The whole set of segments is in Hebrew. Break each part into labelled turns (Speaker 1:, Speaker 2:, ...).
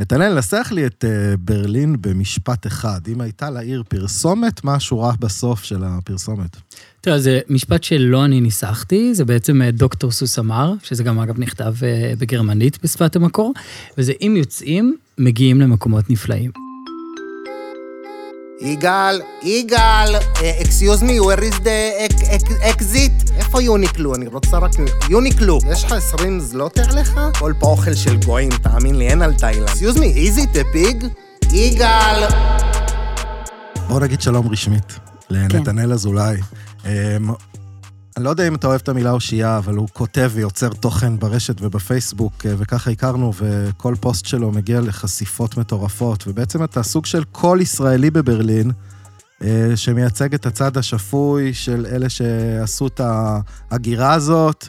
Speaker 1: נתנאל, נסח לי את אה, ברלין במשפט אחד. אם הייתה לעיר פרסומת, מה השורה בסוף של הפרסומת?
Speaker 2: תראה, זה אה, משפט שלא אני ניסחתי, זה בעצם אה, דוקטור סוס אמר, שזה גם אגב נכתב אה, בגרמנית בשפת המקור, וזה אם יוצאים, מגיעים למקומות נפלאים.
Speaker 3: יגאל, יגאל, אקסיוז מי, where is the exit? איפה יוניקלו? אני רוצה רק... יוניקלו. יש לך 20 זלוטה עליך? כל פה אוכל של גויים, תאמין לי, אין על תאילנד. אקסיוז מי, is it a pig? יגאל.
Speaker 1: בואו נגיד שלום רשמית לנתנאל אזולאי. אמ, אני לא יודע אם אתה אוהב את המילה אושייה, אבל הוא כותב ויוצר תוכן ברשת ובפייסבוק, אה, וככה הכרנו, וכל פוסט שלו מגיע לחשיפות מטורפות. ובעצם אתה סוג של כל ישראלי בברלין, אה, שמייצג את הצד השפוי של אלה שעשו את ההגירה הזאת,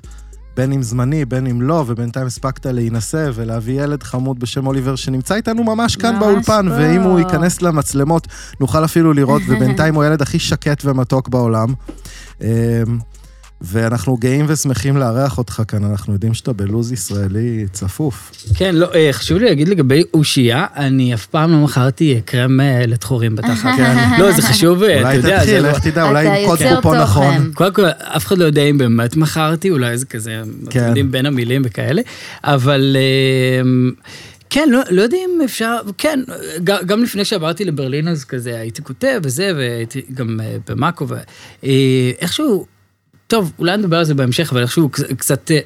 Speaker 1: בין אם זמני, בין אם לא, ובינתיים הספקת להינשא ולהביא ילד חמוד בשם אוליבר, שנמצא איתנו ממש כאן
Speaker 4: ממש
Speaker 1: באולפן,
Speaker 4: פה.
Speaker 1: ואם הוא ייכנס למצלמות, נוכל אפילו לראות, ובינתיים הוא הילד הכי שקט ומתוק בעולם. אמ, ואנחנו גאים ושמחים לארח אותך כאן, אנחנו יודעים שאתה בלוז ישראלי צפוף.
Speaker 2: כן, לא, אה, חשוב לי להגיד לגבי אושייה, אני אף פעם לא מכרתי אה, קרם אה, לדחורים בתחת.
Speaker 1: כן.
Speaker 2: לא, זה חשוב, אה, אתה
Speaker 1: אולי
Speaker 2: יודע,
Speaker 1: תתחיל,
Speaker 2: זה...
Speaker 1: לך תדע, אולי
Speaker 4: אתה
Speaker 1: עם קוד
Speaker 4: יוצר
Speaker 1: קופון
Speaker 4: תוכן.
Speaker 1: נכון.
Speaker 2: קודם כל, אף אחד לא יודע אם באמת מכרתי, אולי זה כזה, אתם
Speaker 1: כן.
Speaker 2: יודעים, בין המילים וכאלה, אבל... אה, כן, לא, לא יודע אם אפשר, כן, ג- גם לפני שעברתי לברלין אז כזה הייתי כותב וזה, והייתי גם אה, במאקו, ואיכשהו, טוב, אולי נדבר על זה בהמשך, אבל איכשהו קצ- קצת, אה,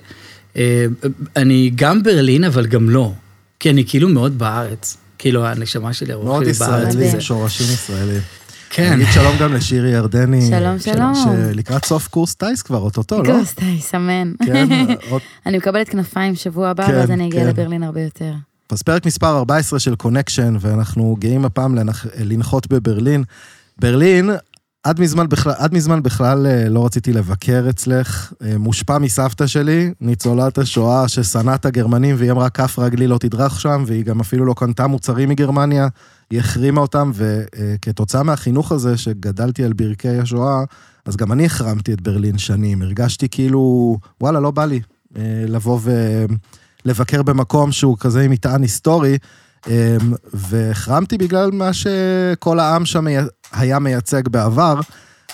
Speaker 2: אה, אני גם ברלין, אבל גם לא, כי אני כאילו מאוד בארץ, כאילו הנשמה שלי, הרוח
Speaker 1: מאוד
Speaker 2: שלי בארץ
Speaker 1: ישראלי,
Speaker 2: וזה.
Speaker 4: מדהים.
Speaker 1: שורשים ישראלים.
Speaker 2: כן.
Speaker 1: נגיד שלום גם לשירי ירדני.
Speaker 4: שלום, שלום.
Speaker 1: שלקראת סוף קורס טיס כבר, אוטוטו, לא?
Speaker 4: גוסטה, סמן.
Speaker 1: כן, עוד-
Speaker 4: אני מקבלת כנפיים שבוע הבא,
Speaker 1: כן,
Speaker 4: ואז אני אגיע
Speaker 1: כן.
Speaker 4: לברלין הרבה יותר.
Speaker 1: אז פרק מספר 14 של קונקשן, ואנחנו גאים הפעם לנח... לנחות בברלין. ברלין, עד מזמן בכלל, עד מזמן בכלל אה, לא רציתי לבקר אצלך. אה, מושפע מסבתא שלי, ניצולת השואה ששנאה את הגרמנים, והיא אמרה, כף רגלי לא תדרך שם, והיא גם אפילו לא קנתה מוצרים מגרמניה, היא החרימה אותם, וכתוצאה מהחינוך הזה, שגדלתי על ברכי השואה, אז גם אני החרמתי את ברלין שנים. הרגשתי כאילו, וואלה, לא בא לי אה, לבוא ו... לבקר במקום שהוא כזה עם מטען היסטורי, אמ, והחרמתי בגלל מה שכל העם שם היה- היה מייצג בעבר.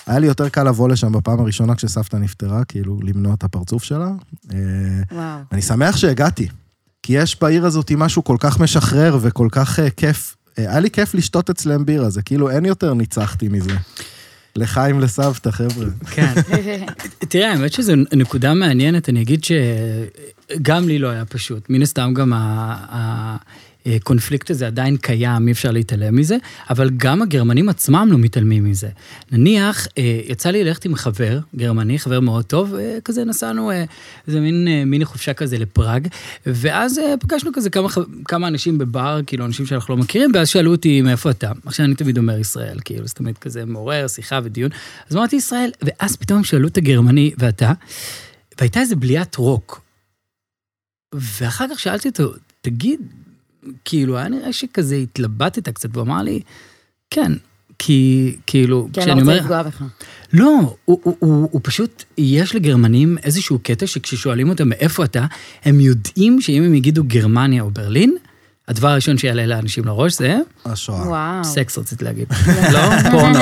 Speaker 1: היה לי יותר קל לבוא לשם בפעם הראשונה כשסבתא נפטרה, כאילו למנוע את הפרצוף שלה. אה,
Speaker 4: וואו.
Speaker 1: אני שמח שהגעתי, כי יש בעיר הזאת משהו כל כך משחרר וכל כך אה, כיף. אה, היה לי כיף לשתות אצלם בירה, זה כאילו אין יותר ניצחתי מזה. לחיים לסבתא, חבר'ה.
Speaker 2: כן.
Speaker 4: לא
Speaker 2: תראה, האמת שזו נקודה מעניינת, אני אגיד שגם לי לא היה פשוט. מן הסתם גם ה- ה- הקונפליקט הזה עדיין קיים, אי אפשר להתעלם מזה, אבל גם הגרמנים עצמם לא מתעלמים מזה. נניח, אה, יצא לי ללכת עם חבר גרמני, חבר מאוד טוב, אה, כזה נסענו אה, איזה מין אה, מיני חופשה כזה לפראג, ואז אה, פגשנו כזה כמה, ח- כמה אנשים בבר, כאילו אנשים שאנחנו לא מכירים, ואז שאלו אותי, מאיפה אתה? עכשיו אני תמיד אומר ישראל, כאילו, זה תמיד כזה מעורר, שיחה ודיון. אז אמרתי ישראל, ואז פתאום הם שאלו את הגרמני, ואתה, והייתה איזה בליית רוק. ואחר כך שאלתי אותו, תגיד, כאילו, היה נראה שכזה התלבטת קצת, והוא אמר לי, כן, כי, כאילו,
Speaker 4: כן, לא רוצה לפגוע בך.
Speaker 2: לא, הוא, הוא, הוא, הוא פשוט, יש לגרמנים איזשהו קטע שכששואלים אותם מאיפה אתה, הם יודעים שאם הם יגידו גרמניה או ברלין, הדבר הראשון שיעלה לאנשים לראש זה
Speaker 1: השואה.
Speaker 4: וואו.
Speaker 2: סקס רצית להגיד. לא? פורנו.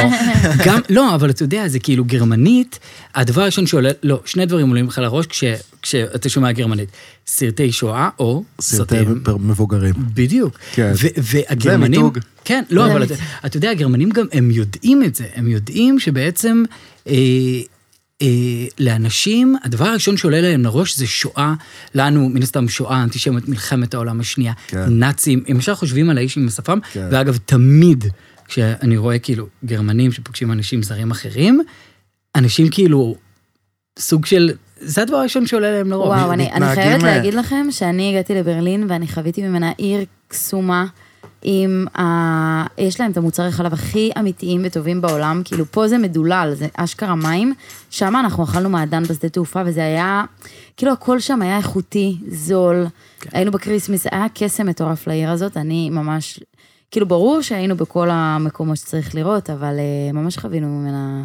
Speaker 2: גם, לא, אבל אתה יודע, זה כאילו גרמנית, הדבר הראשון שעולה, לא, שני דברים עולים לך לראש כש, כשאתה שומע גרמנית. סרטי שואה או
Speaker 1: סרטי
Speaker 2: סרטים.
Speaker 1: פר- מבוגרים.
Speaker 2: בדיוק.
Speaker 1: כן.
Speaker 2: ו- והגרמנים...
Speaker 1: זה מיתוג.
Speaker 2: כן, לא,
Speaker 4: זה
Speaker 2: אבל אתה,
Speaker 4: מיתוג.
Speaker 2: אתה יודע, הגרמנים גם, הם יודעים את זה. הם יודעים שבעצם אה, אה, לאנשים, הדבר הראשון שעולה להם לראש זה שואה. לנו, מן הסתם, שואה, אנטישמיות, מלחמת העולם השנייה,
Speaker 1: כן.
Speaker 2: נאצים, הם ישר חושבים על האיש עם השפם,
Speaker 1: כן.
Speaker 2: ואגב, תמיד כשאני רואה כאילו גרמנים שפוגשים אנשים זרים אחרים, אנשים כאילו, סוג של, זה הדבר הראשון שעולה להם לראש.
Speaker 4: וואו, אני, אני
Speaker 1: מתנהגים,
Speaker 4: חייבת
Speaker 1: אה,
Speaker 4: להגיד לכם שאני הגעתי לברלין ואני חוויתי ממנה עיר קסומה. עם ה... יש להם את המוצרי חלב הכי אמיתיים וטובים בעולם, כאילו פה זה מדולל, זה אשכרה מים. שם אנחנו אכלנו מעדן בשדה תעופה וזה היה, כאילו הכל שם היה איכותי, זול. כן. היינו בקריסמס, היה קסם מטורף לעיר הזאת, אני ממש, כאילו ברור שהיינו בכל המקומות שצריך לראות, אבל אה, ממש חווינו ממנה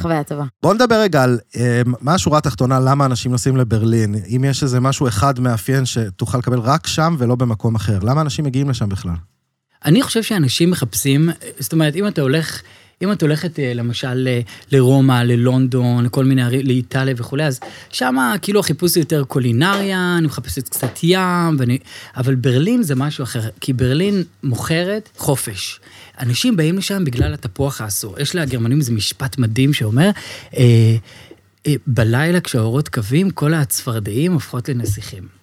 Speaker 4: חוויה טובה.
Speaker 1: בואו נדבר רגע על אה, מה השורה התחתונה, למה אנשים נוסעים לברלין. אם יש איזה משהו אחד מאפיין שתוכל לקבל רק שם ולא במקום אחר, למה אנשים מגיעים לשם בכלל?
Speaker 2: אני חושב שאנשים מחפשים, זאת אומרת, אם אתה הולך, אם את הולכת אה, למשל אה, לרומא, ללונדון, לכל מיני ערים, לאיטליה וכולי, אז שם כאילו החיפוש הוא יותר קולינריה, אני מחפשת קצת ים, ואני... אבל ברלין זה משהו אחר, כי ברלין מוכרת חופש. אנשים באים לשם בגלל התפוח האסור. יש לגרמנים איזה משפט מדהים שאומר, אה, אה, בלילה כשהאורות קווים, כל הצפרדעים הופכות לנסיכים.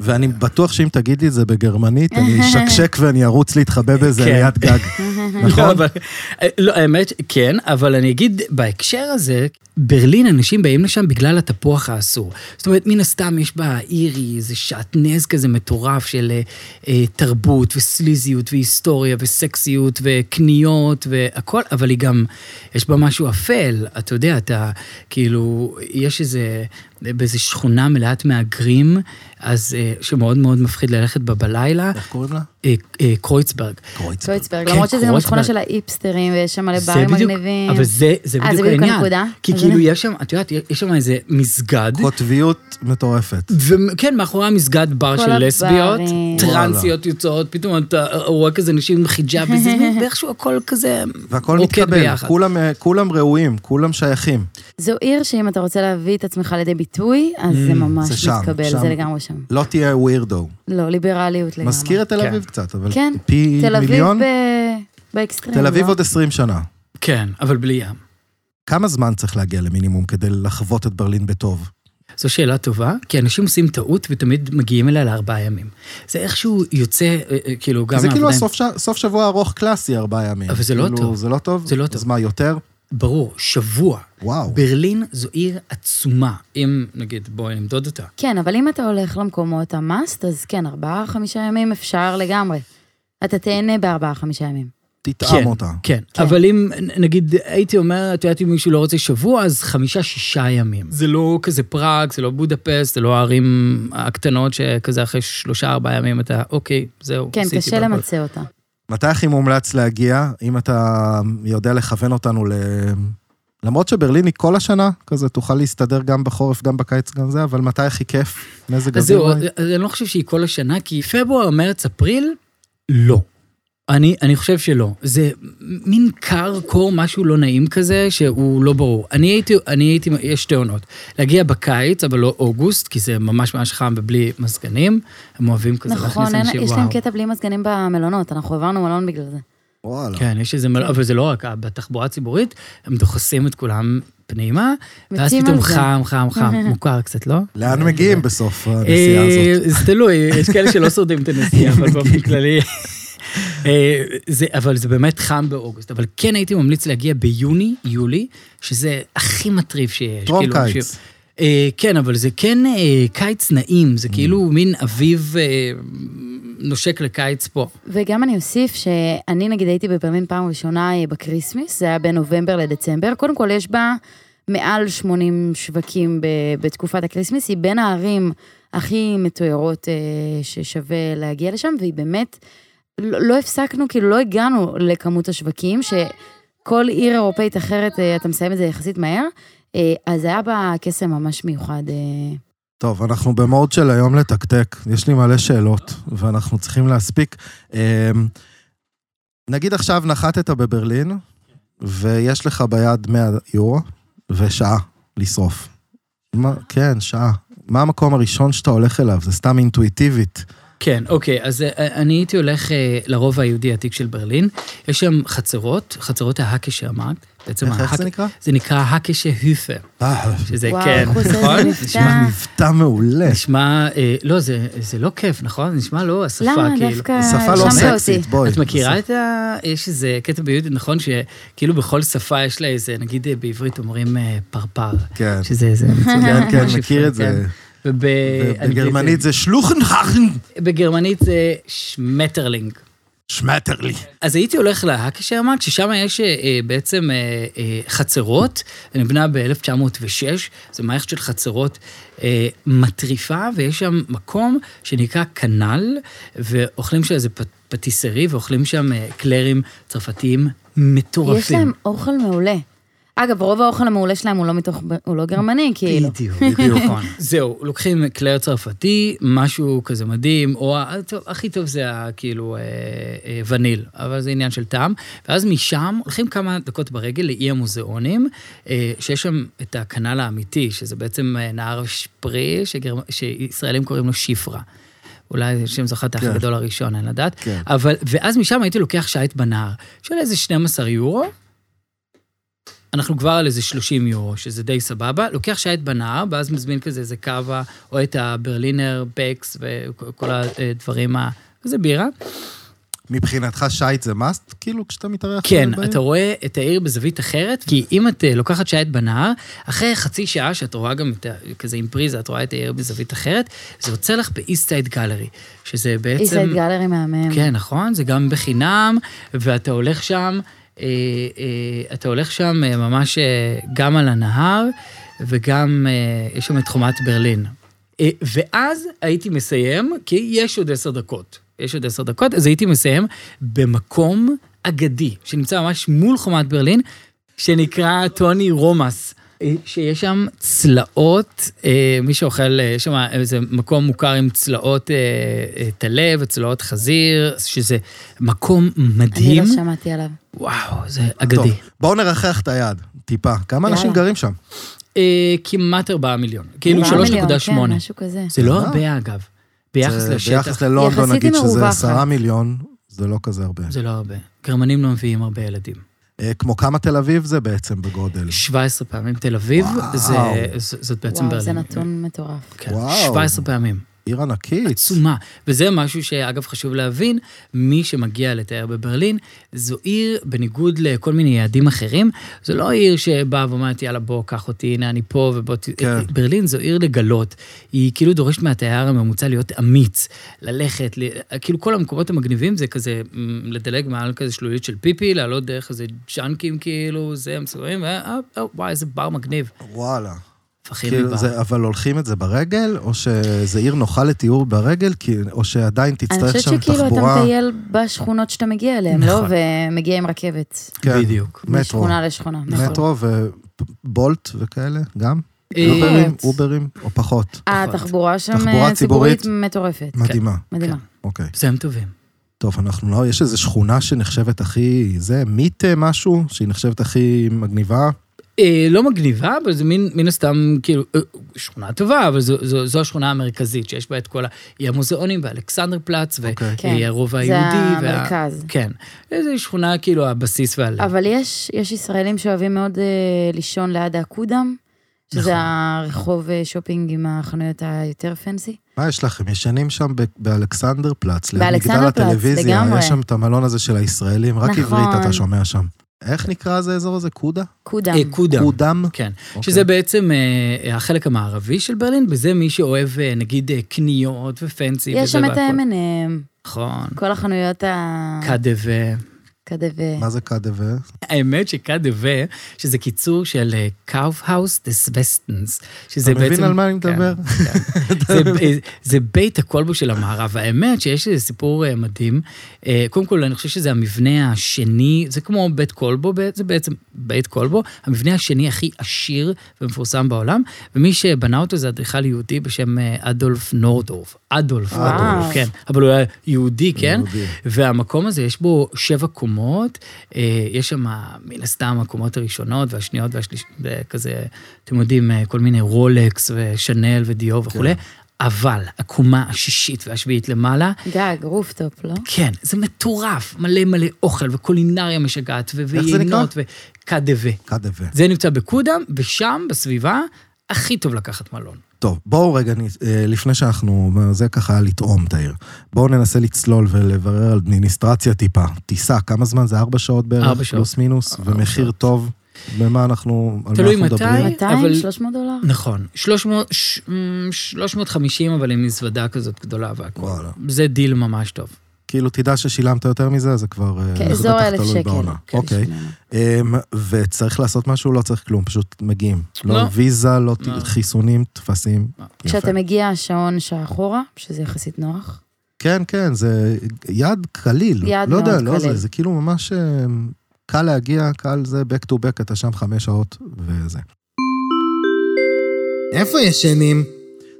Speaker 1: ואני בטוח שאם תגידי את זה בגרמנית, אני אשקשק ואני ארוץ להתחבא באיזה
Speaker 2: כן.
Speaker 1: ליד גג.
Speaker 2: נכון. לא, האמת, כן, אבל אני אגיד, בהקשר הזה, ברלין, אנשים באים לשם בגלל התפוח האסור. זאת אומרת, מן הסתם יש בה אירי, איזה שעטנז כזה מטורף של אה, אה, תרבות וסליזיות והיסטוריה וסקסיות וקניות והכל, אבל היא גם, יש בה משהו אפל, אתה יודע, אתה, כאילו, יש איזה... באיזו שכונה מלאת מהגרים, אז אה, שמאוד מאוד מפחיד ללכת בה בלילה,
Speaker 1: איך קוראים לה?
Speaker 2: אה, אה, קרויצברג.
Speaker 1: קרויצברג.
Speaker 4: קרויצברג,
Speaker 2: כן,
Speaker 4: למרות שזה גם השכונה
Speaker 2: קרויצברג.
Speaker 4: של האיפסטרים, ויש שם מלא
Speaker 2: זה
Speaker 4: ברים
Speaker 2: בדיוק-
Speaker 4: מגניבים.
Speaker 2: אבל זה, זה
Speaker 4: אה,
Speaker 2: בדיוק
Speaker 4: זה בדיוק
Speaker 2: העניין.
Speaker 4: הנקודה?
Speaker 2: כי
Speaker 4: אז
Speaker 2: כאילו
Speaker 4: הנה.
Speaker 2: יש שם, את יודעת, יש שם איזה מסגד.
Speaker 1: קוטביות מטורפת.
Speaker 2: וכן, מאחורי המסגד בר
Speaker 4: כל
Speaker 2: של לסביות,
Speaker 4: הברים.
Speaker 2: טרנסיות יוצאות, פתאום אתה רואה כזה נשים עם חיג'אב, וזה ואיכשהו הכל כזה
Speaker 1: והכל
Speaker 2: רוקד
Speaker 1: מתקבל,
Speaker 2: אוקיי, ביחד.
Speaker 1: כולם, אה, כולם ראויים, כולם שייכים.
Speaker 4: זו עיר שאם אתה רוצה להביא את עצמך לידי ביטוי, אז
Speaker 2: Mm,
Speaker 4: זה ממש
Speaker 1: זה שם,
Speaker 4: מתקבל,
Speaker 1: שם.
Speaker 4: זה לגמרי שם.
Speaker 1: לא תהיה ווירדו.
Speaker 4: לא, ליברליות לגמרי.
Speaker 1: מזכיר את תל אביב
Speaker 2: כן.
Speaker 1: קצת, אבל
Speaker 4: כן,
Speaker 1: פי
Speaker 4: תל אביב
Speaker 1: מיליון.
Speaker 4: ב- באקסטרים.
Speaker 1: תל אביב
Speaker 4: לא?
Speaker 1: עוד 20 שנה.
Speaker 2: כן, אבל בלי ים.
Speaker 1: כמה זמן צריך להגיע למינימום כדי לחוות את ברלין בטוב?
Speaker 2: זו שאלה טובה, כי אנשים עושים טעות ותמיד מגיעים אליה לארבעה ימים. זה איכשהו יוצא, אה, אה, כאילו, גם
Speaker 1: כי זה כאילו
Speaker 2: העבודה עם-
Speaker 1: הסוף ש- סוף שבוע ארוך קלאסי, ארבעה ימים.
Speaker 2: אבל זה לא
Speaker 1: כאילו,
Speaker 2: טוב.
Speaker 1: זה לא טוב?
Speaker 2: זה לא טוב.
Speaker 1: אז מה, יותר?
Speaker 2: ברור, שבוע.
Speaker 1: וואו.
Speaker 2: ברלין זו עיר עצומה, אם נגיד, בואי נמדוד אותה.
Speaker 4: כן, אבל אם אתה הולך למקומות המאסט, אז כן, ארבעה, חמישה ימים אפשר לגמרי. אתה תהנה בארבעה, חמישה ימים.
Speaker 1: תטעם אותה.
Speaker 2: כן,
Speaker 4: כן.
Speaker 2: כן. אבל אם, נ- נגיד, הייתי אומר, את יודעת, אם מישהו לא רוצה שבוע, אז חמישה-שישה ימים. זה לא כזה פראג, זה לא בודפסט, זה לא הערים הקטנות שכזה אחרי שלושה-ארבעה ימים אתה, אוקיי, זהו,
Speaker 4: כן,
Speaker 2: עשיתי
Speaker 4: קשה
Speaker 2: והכל."
Speaker 4: למצא אותה.
Speaker 1: מתי הכי מומלץ להגיע, אם אתה יודע לכוון אותנו ל... למרות שברלין היא כל השנה, כזה תוכל להסתדר גם בחורף, גם בקיץ, גם זה, אבל מתי הכי כיף? מזג
Speaker 2: אז
Speaker 1: אוויר?
Speaker 2: זהו,
Speaker 1: וואי.
Speaker 2: אז אני לא חושב שהיא כל השנה, כי פברואר, מרץ, אפריל, לא. אני, אני חושב שלא. זה מין קר, קור, משהו לא נעים כזה, שהוא לא ברור. אני הייתי, אני הייתי, יש שתי עונות. להגיע בקיץ, אבל לא אוגוסט, כי זה ממש ממש חם ובלי מזגנים. הם אוהבים כזה
Speaker 4: נכון, אין-
Speaker 2: להכניס אנשים,
Speaker 4: יש
Speaker 2: וואו.
Speaker 4: להם קטע בלי מזגנים במלונות, אנחנו עברנו מלון בגלל זה.
Speaker 1: וואלה.
Speaker 2: כן, יש איזה מלא, אבל זה לא רק, בתחבורה הציבורית, הם דוחסים את כולם פנימה, ואז
Speaker 4: מתים
Speaker 2: פתאום
Speaker 4: על זה.
Speaker 2: חם, חם, חם, מוכר קצת, לא?
Speaker 1: לאן מגיעים בסוף הנסיעה
Speaker 2: אה,
Speaker 1: הזאת? כן,
Speaker 2: זה תלוי, יש כאלה שלא שורדים את הנסיעה, אבל באופן כללי... אה, זה, אבל זה באמת חם באוגוסט, אבל כן הייתי ממליץ להגיע ביוני, יולי, שזה הכי מטריף שיש.
Speaker 1: טרום
Speaker 2: כאילו,
Speaker 1: קיץ.
Speaker 2: אנשים- אה, כן, אבל זה כן אה, קיץ נעים,
Speaker 1: Mm.
Speaker 2: זה כאילו מין אביב אה, נושק לקיץ פה.
Speaker 4: וגם אני אוסיף שאני נגיד הייתי בברלין פעם ראשונה אה, בקריסמס, זה היה בין נובמבר לדצמבר. קודם כל יש בה מעל 80 שווקים ב- בתקופת הקריסמס, היא בין הערים הכי מתוירות אה, ששווה להגיע לשם, והיא באמת, לא, לא הפסקנו, כאילו לא הגענו לכמות השווקים, שכל עיר אירופאית אחרת, אה, אתה מסיים את זה יחסית מהר, אה, אז היה בה קסם ממש מיוחד. אה,
Speaker 1: טוב, אנחנו במוד של היום לתקתק. יש לי מלא שאלות, ואנחנו צריכים להספיק. אמ, נגיד עכשיו נחתת בברלין, ויש לך ביד 100 יורו, ושעה לשרוף. מה, כן, שעה. מה המקום הראשון שאתה הולך אליו? זה סתם אינטואיטיבית.
Speaker 2: כן, אוקיי, אז אה, אני הייתי הולך אה, לרובע היהודי העתיק של ברלין. יש שם חצרות, חצרות ההאקה שאמרת. בעצם
Speaker 1: איך איך
Speaker 2: ההאקה-
Speaker 1: זה נקרא?
Speaker 2: זה נקרא הקשה הופה,
Speaker 1: אה,
Speaker 2: שזה
Speaker 4: וואו,
Speaker 2: כן,
Speaker 4: איך הוא עושה את זה
Speaker 2: נכון?
Speaker 4: נפלא.
Speaker 2: נשמע-
Speaker 1: מבטא מעולה.
Speaker 2: נשמע, אה, לא, זה זה לא כיף, נכון? זה נשמע לא השפה,
Speaker 4: למה
Speaker 2: כאילו.
Speaker 4: דווקא
Speaker 1: שפה לא
Speaker 4: הרשמת אותי?
Speaker 1: סקסית, בואי.
Speaker 2: את מכירה את ה... יש איזה קטע ביהודית, נכון? שכאילו בכל שפה יש לה איזה, נגיד אה, בעברית אומרים אה, פרפר.
Speaker 1: כן.
Speaker 2: שזה איזה... מצוין,
Speaker 1: כן,
Speaker 2: משהו
Speaker 1: מכיר את
Speaker 2: יפה,
Speaker 1: זה.
Speaker 2: כן. ובאנגלית
Speaker 1: בגרמנית זה שלוחנכן.
Speaker 2: זה- בגרמנית זה שמטרלינג.
Speaker 1: שמטרלי.
Speaker 2: אז הייתי הולך להאקי שאמרת, ששם יש אה, אה, בעצם אה, אה, חצרות, זה נבנה ב-1906, זו מערכת של חצרות אה, מטריפה, ויש שם מקום שנקרא כנ"ל, ואוכלים שם איזה פ- פטיסרי, ואוכלים שם אה, קלרים צרפתיים מטורפים.
Speaker 4: יש להם אוכל מעולה. אגב, רוב האוכל המעולה שלהם הוא לא מתוך, הוא לא גרמני, כאילו.
Speaker 2: בדיוק, בדיוק. זהו, לוקחים קלר צרפתי, משהו כזה מדהים, או ה- טוב, הכי טוב זה ה- כאילו אה, אה, וניל, אבל זה עניין של טעם. ואז משם הולכים כמה דקות ברגל לאי המוזיאונים, אה, שיש שם את הכנ"ל האמיתי, שזה בעצם אה, נהר שפרי, שגרמ... שישראלים קוראים לו שיפרה. אולי שם זכת האח
Speaker 1: כן.
Speaker 2: הגדול הראשון, אין לדעת.
Speaker 1: כן.
Speaker 2: אבל, ואז משם הייתי לוקח שייט בנהר, של איזה 12 יורו, אנחנו כבר על איזה 30 יורו, שזה די סבבה. לוקח שייט בנהר, ואז מזמין כזה איזה קאבה, או את הברלינר, בקס וכל הדברים ה... זה בירה.
Speaker 1: מבחינתך שייט זה must, כאילו, כשאתה מתארח?
Speaker 2: כן,
Speaker 1: בעיר?
Speaker 2: אתה רואה את העיר בזווית אחרת, כי אם את אה, לוקחת שייט בנהר, אחרי חצי שעה שאת רואה גם את ה... כזה עם פריזה, את רואה את העיר בזווית אחרת, זה יוצא לך באיסטייד גלרי, שזה בעצם...
Speaker 4: איסייד גלרי מהמם.
Speaker 2: כן, נכון, זה גם בחינם, ואתה הולך שם, אה, אה, אתה הולך שם אה, ממש אה, גם על הנהר, וגם אה, יש שם את חומת ברלין. אה, ואז הייתי מסיים, כי יש עוד עשר דקות. יש עוד עשר דקות, אז הייתי מסיים במקום אגדי, שנמצא ממש מול חומת ברלין, שנקרא טוני רומאס. אה, שיש שם צלעות, אה, מי שאוכל, אה, יש שם איזה מקום מוכר עם צלעות אה, אה, טלה וצלעות חזיר, שזה מקום
Speaker 4: אני
Speaker 2: מדהים.
Speaker 4: לא שמעתי עליו.
Speaker 2: וואו, זה
Speaker 1: טוב,
Speaker 2: אגדי.
Speaker 1: בואו נרחח את היד, טיפה. כמה אנשים
Speaker 4: יאללה.
Speaker 1: גרים שם?
Speaker 2: אה, כמעט 4 מיליון, כאילו
Speaker 4: ארבעה מיליון,
Speaker 2: 3.8.
Speaker 4: כן, משהו כזה.
Speaker 2: זה לא
Speaker 1: אה.
Speaker 2: הרבה אגב, ביחס
Speaker 1: זה-
Speaker 2: לשטח,
Speaker 1: ביחס ללונדון,
Speaker 4: יחסית
Speaker 1: נגיד
Speaker 4: היא
Speaker 1: שזה
Speaker 4: מרווחת.
Speaker 1: 10 מיליון, זה לא כזה הרבה.
Speaker 2: זה לא הרבה. גרמנים לא מביאים הרבה ילדים.
Speaker 1: אה, כמו כמה תל אביב זה בעצם בגודל.
Speaker 2: 17 פעמים תל אביב,
Speaker 1: וואו.
Speaker 2: זה- ז- זאת בעצם ברלין.
Speaker 4: וואו, זה נתון מטורף.
Speaker 2: כן,
Speaker 1: וואו.
Speaker 2: 17 פעמים.
Speaker 1: עיר ענקית.
Speaker 2: עצומה. וזה משהו שאגב חשוב להבין, מי שמגיע לתייר בברלין, זו עיר, בניגוד לכל מיני יעדים אחרים, זו לא עיר שבאה ואומרת, יאללה בוא, קח אותי, הנה אני פה ובוא... ת-"
Speaker 1: כן.
Speaker 2: ברלין זו עיר לגלות. היא כאילו דורשת מהתייר הממוצע להיות אמיץ, ללכת, ל... כאילו כל המקומות המגניבים זה כזה, מ, לדלג מעל כזה שלולית של פיפי, לעלות דרך איזה ג'אנקים כאילו, זה, מסוים, וואי, איזה בר מגניב.
Speaker 1: וואלה.
Speaker 4: כן,
Speaker 2: מפחד מבר.
Speaker 1: כאילו זה, אבל הולכים את זה ברגל, או שזה עיר נוחה לטיול ברגל, כי, או שעדיין
Speaker 4: אני
Speaker 1: תצטרך
Speaker 4: חושבת
Speaker 1: שם
Speaker 4: שכאילו אתה
Speaker 1: תחבורה.
Speaker 4: מטייל בשכונות שאתה מגיע אליהן, לא?
Speaker 2: נכון.
Speaker 4: ומגיע עם רכבת.
Speaker 1: כן,
Speaker 2: בדיוק.
Speaker 1: מטרו.
Speaker 4: משכונה לשכונה. נכון.
Speaker 1: מטרו ובולט וכאלה, גם?
Speaker 2: אה,
Speaker 1: אוברים,
Speaker 4: פחות.
Speaker 1: אוברים, או פחות.
Speaker 4: התחבורה שם
Speaker 1: תחבורה
Speaker 4: אה,
Speaker 1: ציבורית.
Speaker 4: ציבורית מטורפת.
Speaker 1: מדהימה.
Speaker 4: מדהימה.
Speaker 2: כן.
Speaker 1: אוקיי.
Speaker 2: זה הם טובים.
Speaker 1: טוב, אנחנו לא, יש איזו שכונה שנחשבת הכי, זה מית אה, משהו, שהיא נחשבת הכי מגניבה.
Speaker 2: אה, לא מגניבה, אבל זה מין, מן הסתם, כאילו, אה, שכונה טובה, אבל זו, זו, זו השכונה המרכזית, שיש בה את כל ה... היא המוזיאונים והאלכסנדר פלץ,
Speaker 1: אוקיי.
Speaker 4: כן.
Speaker 2: והרובע
Speaker 4: זה
Speaker 2: אה, היהודי. וה-
Speaker 4: המרכז.
Speaker 2: כן. איזו שכונה, כאילו, הבסיס והלב.
Speaker 4: אבל יש, יש ישראלים שאוהבים מאוד אה, לישון ליד הקודם,
Speaker 2: נכון.
Speaker 4: שזה הרחוב אה, שופינג עם החנויות היותר פנסי.
Speaker 1: מה יש לכם? ישנים שם ב- באלכסנדר פלץ, ליד מגדל
Speaker 4: באלכסנדר פלץ,
Speaker 1: הטלוויזיה,
Speaker 4: לגמרי.
Speaker 1: יש שם את המלון הזה של הישראלים, רק
Speaker 4: נכון.
Speaker 1: עברית אתה שומע שם. איך נקרא איזה אזור הזה? קודה?
Speaker 4: קודם.
Speaker 2: אה, קודם.
Speaker 1: קודם?
Speaker 2: כן, okay.
Speaker 1: אוקיי.
Speaker 2: שזה בעצם אה, החלק המערבי של ברלין, וזה מי שאוהב, אה, נגיד, אה, קניות ופנסי.
Speaker 4: יש
Speaker 2: וזה
Speaker 4: שם את אה.
Speaker 2: והכל.
Speaker 4: ה-M&M,
Speaker 2: נכון.
Speaker 4: כל החנויות
Speaker 2: קדבה.
Speaker 4: הכדבה.
Speaker 1: מה זה קדבה?
Speaker 2: האמת שקדבה, שזה קיצור של אה, קאופהאוס דס וסטנס, שזה
Speaker 1: אתה
Speaker 2: בעצם...
Speaker 1: מבין על מה אני
Speaker 2: כן,
Speaker 1: מדבר?
Speaker 2: כן. זה- זה בית הכלבו של המערב. האמת שיש איזה סיפור אה, מדהים. אה, קודם כל, אני חושב שזה המבנה השני, זה כמו בית כלבו, בע- זה בעצם בית כלבו, המבנה השני הכי עשיר ומפורסם בעולם, ומי שבנה אותו זה אדריכל יהודי בשם אה, אדולף נורדורף. אדולף,
Speaker 1: וואו.
Speaker 2: נורדורף, כן. אבל הוא היה יהודי, כן?
Speaker 1: יהודי.
Speaker 2: והמקום הזה, יש בו שבע קומות, אה, יש שם מן הסתם הקומות הראשונות והשניות והשלישיות, וכזה, אתם יודעים, אה, כל מיני רולקס ושנל ודיו
Speaker 1: כן.
Speaker 2: וכולי, אבל הקומה השישית והשביעית למעלה,
Speaker 4: גג, רופטופ, לא?
Speaker 2: כן, זה מטורף, מלא מלא אוכל וקולינריה משגעת, ו-
Speaker 1: זה
Speaker 2: ויינות וקדבה.
Speaker 1: קדבה.
Speaker 2: זה נמצא בקודם, ושם, בסביבה, הכי טוב לקחת מלון.
Speaker 1: טוב, בואו רגע, נ- אה, לפני שאנחנו, זה ככה לטעום את העיר. בואו ננסה לצלול ולברר על אדמיניסטרציה טיפה. טיסה, כמה זמן זה? ארבע שעות בערך?
Speaker 2: ארבע שעות.
Speaker 1: פלוס מינוס, ומחיר טוב. במה אנחנו, על מה
Speaker 2: תלוי
Speaker 1: אנחנו
Speaker 2: מתי.
Speaker 1: מדברים?
Speaker 4: 200,
Speaker 2: אבל-
Speaker 4: 300 דולר?
Speaker 1: אה,
Speaker 2: נכון, 300, ש- אמ, 350, אבל עם מזוודה כזאת גדולה והכול.
Speaker 1: וואלה.
Speaker 2: זה דיל ממש טוב.
Speaker 1: כאילו, תדע ששילמת יותר מזה, זה כבר... אה,
Speaker 2: כן,
Speaker 1: זה
Speaker 4: כאזור
Speaker 1: בטח
Speaker 4: האלף
Speaker 1: תלוי
Speaker 4: כן, שקל.
Speaker 1: בעונה.
Speaker 4: כן,
Speaker 1: אוקיי.
Speaker 4: שלנו.
Speaker 1: אמ, וצריך לעשות משהו, לא צריך כלום, פשוט מגיעים. לא
Speaker 2: לא.
Speaker 1: ויזה, לא ת-
Speaker 2: לא.
Speaker 1: חיסונים, טפסים. יפה.
Speaker 4: כשאתה מגיע, השעון שעה אחורה, שזה יחסית נוח.
Speaker 1: כן, כן, זה יד קליל.
Speaker 4: יד
Speaker 1: לא יודע,
Speaker 4: מאוד
Speaker 1: לא
Speaker 4: קליל.
Speaker 1: זה, זה כאילו ממש אה, קל להגיע, קל זה back to back, אתה שם חמש שעות וזה.
Speaker 3: איפה ישנים?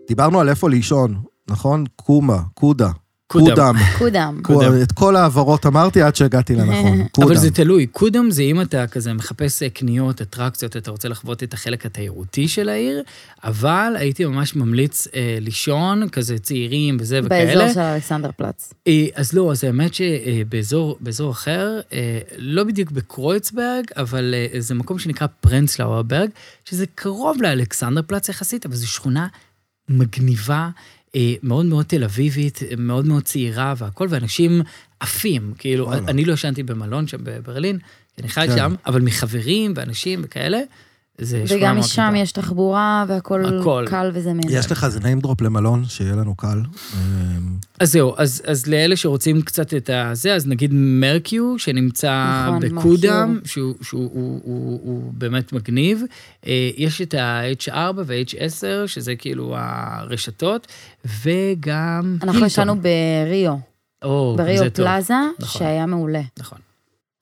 Speaker 1: דיברנו על איפה לישון, נכון? קומה, קודה,
Speaker 2: קודם.
Speaker 1: קודם.
Speaker 4: קודם.
Speaker 2: קודם.
Speaker 1: את כל ההעברות אמרתי עד שהגעתי לנכון, קודם.
Speaker 2: אבל זה תלוי. קודם זה אם אתה כזה מחפש אה, קניות, אטרקציות, אתה רוצה לחוות את החלק התיירותי של העיר, אבל הייתי ממש ממליץ אה, לישון, כזה צעירים וזה וכאלה.
Speaker 4: באזור של אלכסנדר פלץ.
Speaker 2: אה, אז לא, אז האמת שבאזור באזור אחר, אה, לא בדיוק בקרויצברג, אבל אה, זה מקום שנקרא פרנצלאוורברג, שזה קרוב לאלכסנדר פלץ יחסית, אבל זו שכונה מגניבה, אה, מאוד מאוד תל אביבית, מאוד מאוד צעירה והכל, ואנשים עפים. כאילו,
Speaker 1: וואלה.
Speaker 2: אני לא ישנתי במלון שם בברלין, כי אני חי
Speaker 1: כן.
Speaker 2: שם, אבל מחברים ואנשים וכאלה, זה שכונה מאוד
Speaker 4: וגם משם
Speaker 2: מגניבה.
Speaker 4: יש תחבורה והכל
Speaker 2: הכל.
Speaker 4: קל וזה מהנה.
Speaker 1: יש לך איזה name drop למלון, שיהיה לנו קל. אמ,
Speaker 2: אז זהו, אז, אז לאלה שרוצים קצת את הזה, אז נגיד מרקיו, שנמצא
Speaker 4: נכון,
Speaker 2: בקודם,
Speaker 4: מרקיו.
Speaker 2: שהוא, שהוא הוא, הוא, הוא באמת מגניב. אה, יש את ה-H4 וה-H10, שזה כאילו הרשתות, וגם...
Speaker 4: אנחנו
Speaker 2: הילטון.
Speaker 4: ישנו בריו,
Speaker 1: אוקיי,
Speaker 2: או, זה
Speaker 4: בריו
Speaker 2: טוב,
Speaker 4: פלאזה,
Speaker 2: נכון.
Speaker 4: שהיה מעולה.
Speaker 2: נכון.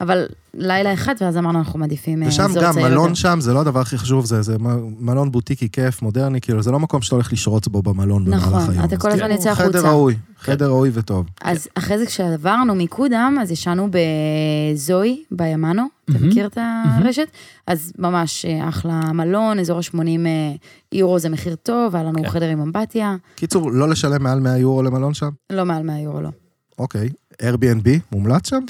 Speaker 4: אבל לילה אחד, ואז אמרנו, אנחנו מעדיפים אה,
Speaker 1: ושם
Speaker 4: אזור
Speaker 1: גם,
Speaker 4: צעיר
Speaker 1: מלון
Speaker 4: יותר.
Speaker 1: שם זה לא הדבר הכי חשוב, זה, זה מ- מלון בוטיקי כיף, מודרני, כאילו, זה לא מקום שאתה הולך לשרוץ בו במלון במהלך היום.
Speaker 4: נכון, אתה
Speaker 1: אז
Speaker 4: כל הזמן
Speaker 2: כן,
Speaker 4: יוצא
Speaker 1: חדר
Speaker 4: החוצה.
Speaker 1: ראוי, חדר ראוי וטוב.
Speaker 4: אז אחרי זה כשעברנו מקודם, אז ישנו בזוי, בימנו, אתה
Speaker 2: מהמם.
Speaker 4: מכיר את הרשת? אז ממש אה, אחלה מלון, אזור ה-80 יורו זה מחיר טוב, היה לנו
Speaker 2: כן.
Speaker 4: חדר עם אמבטיה,
Speaker 1: קיצור, לא לשלם מעל 100 יורו למלון שם?
Speaker 4: לא מעל 100 יורו, לא.
Speaker 1: אוקיי. Airbnb, מומלץ שם?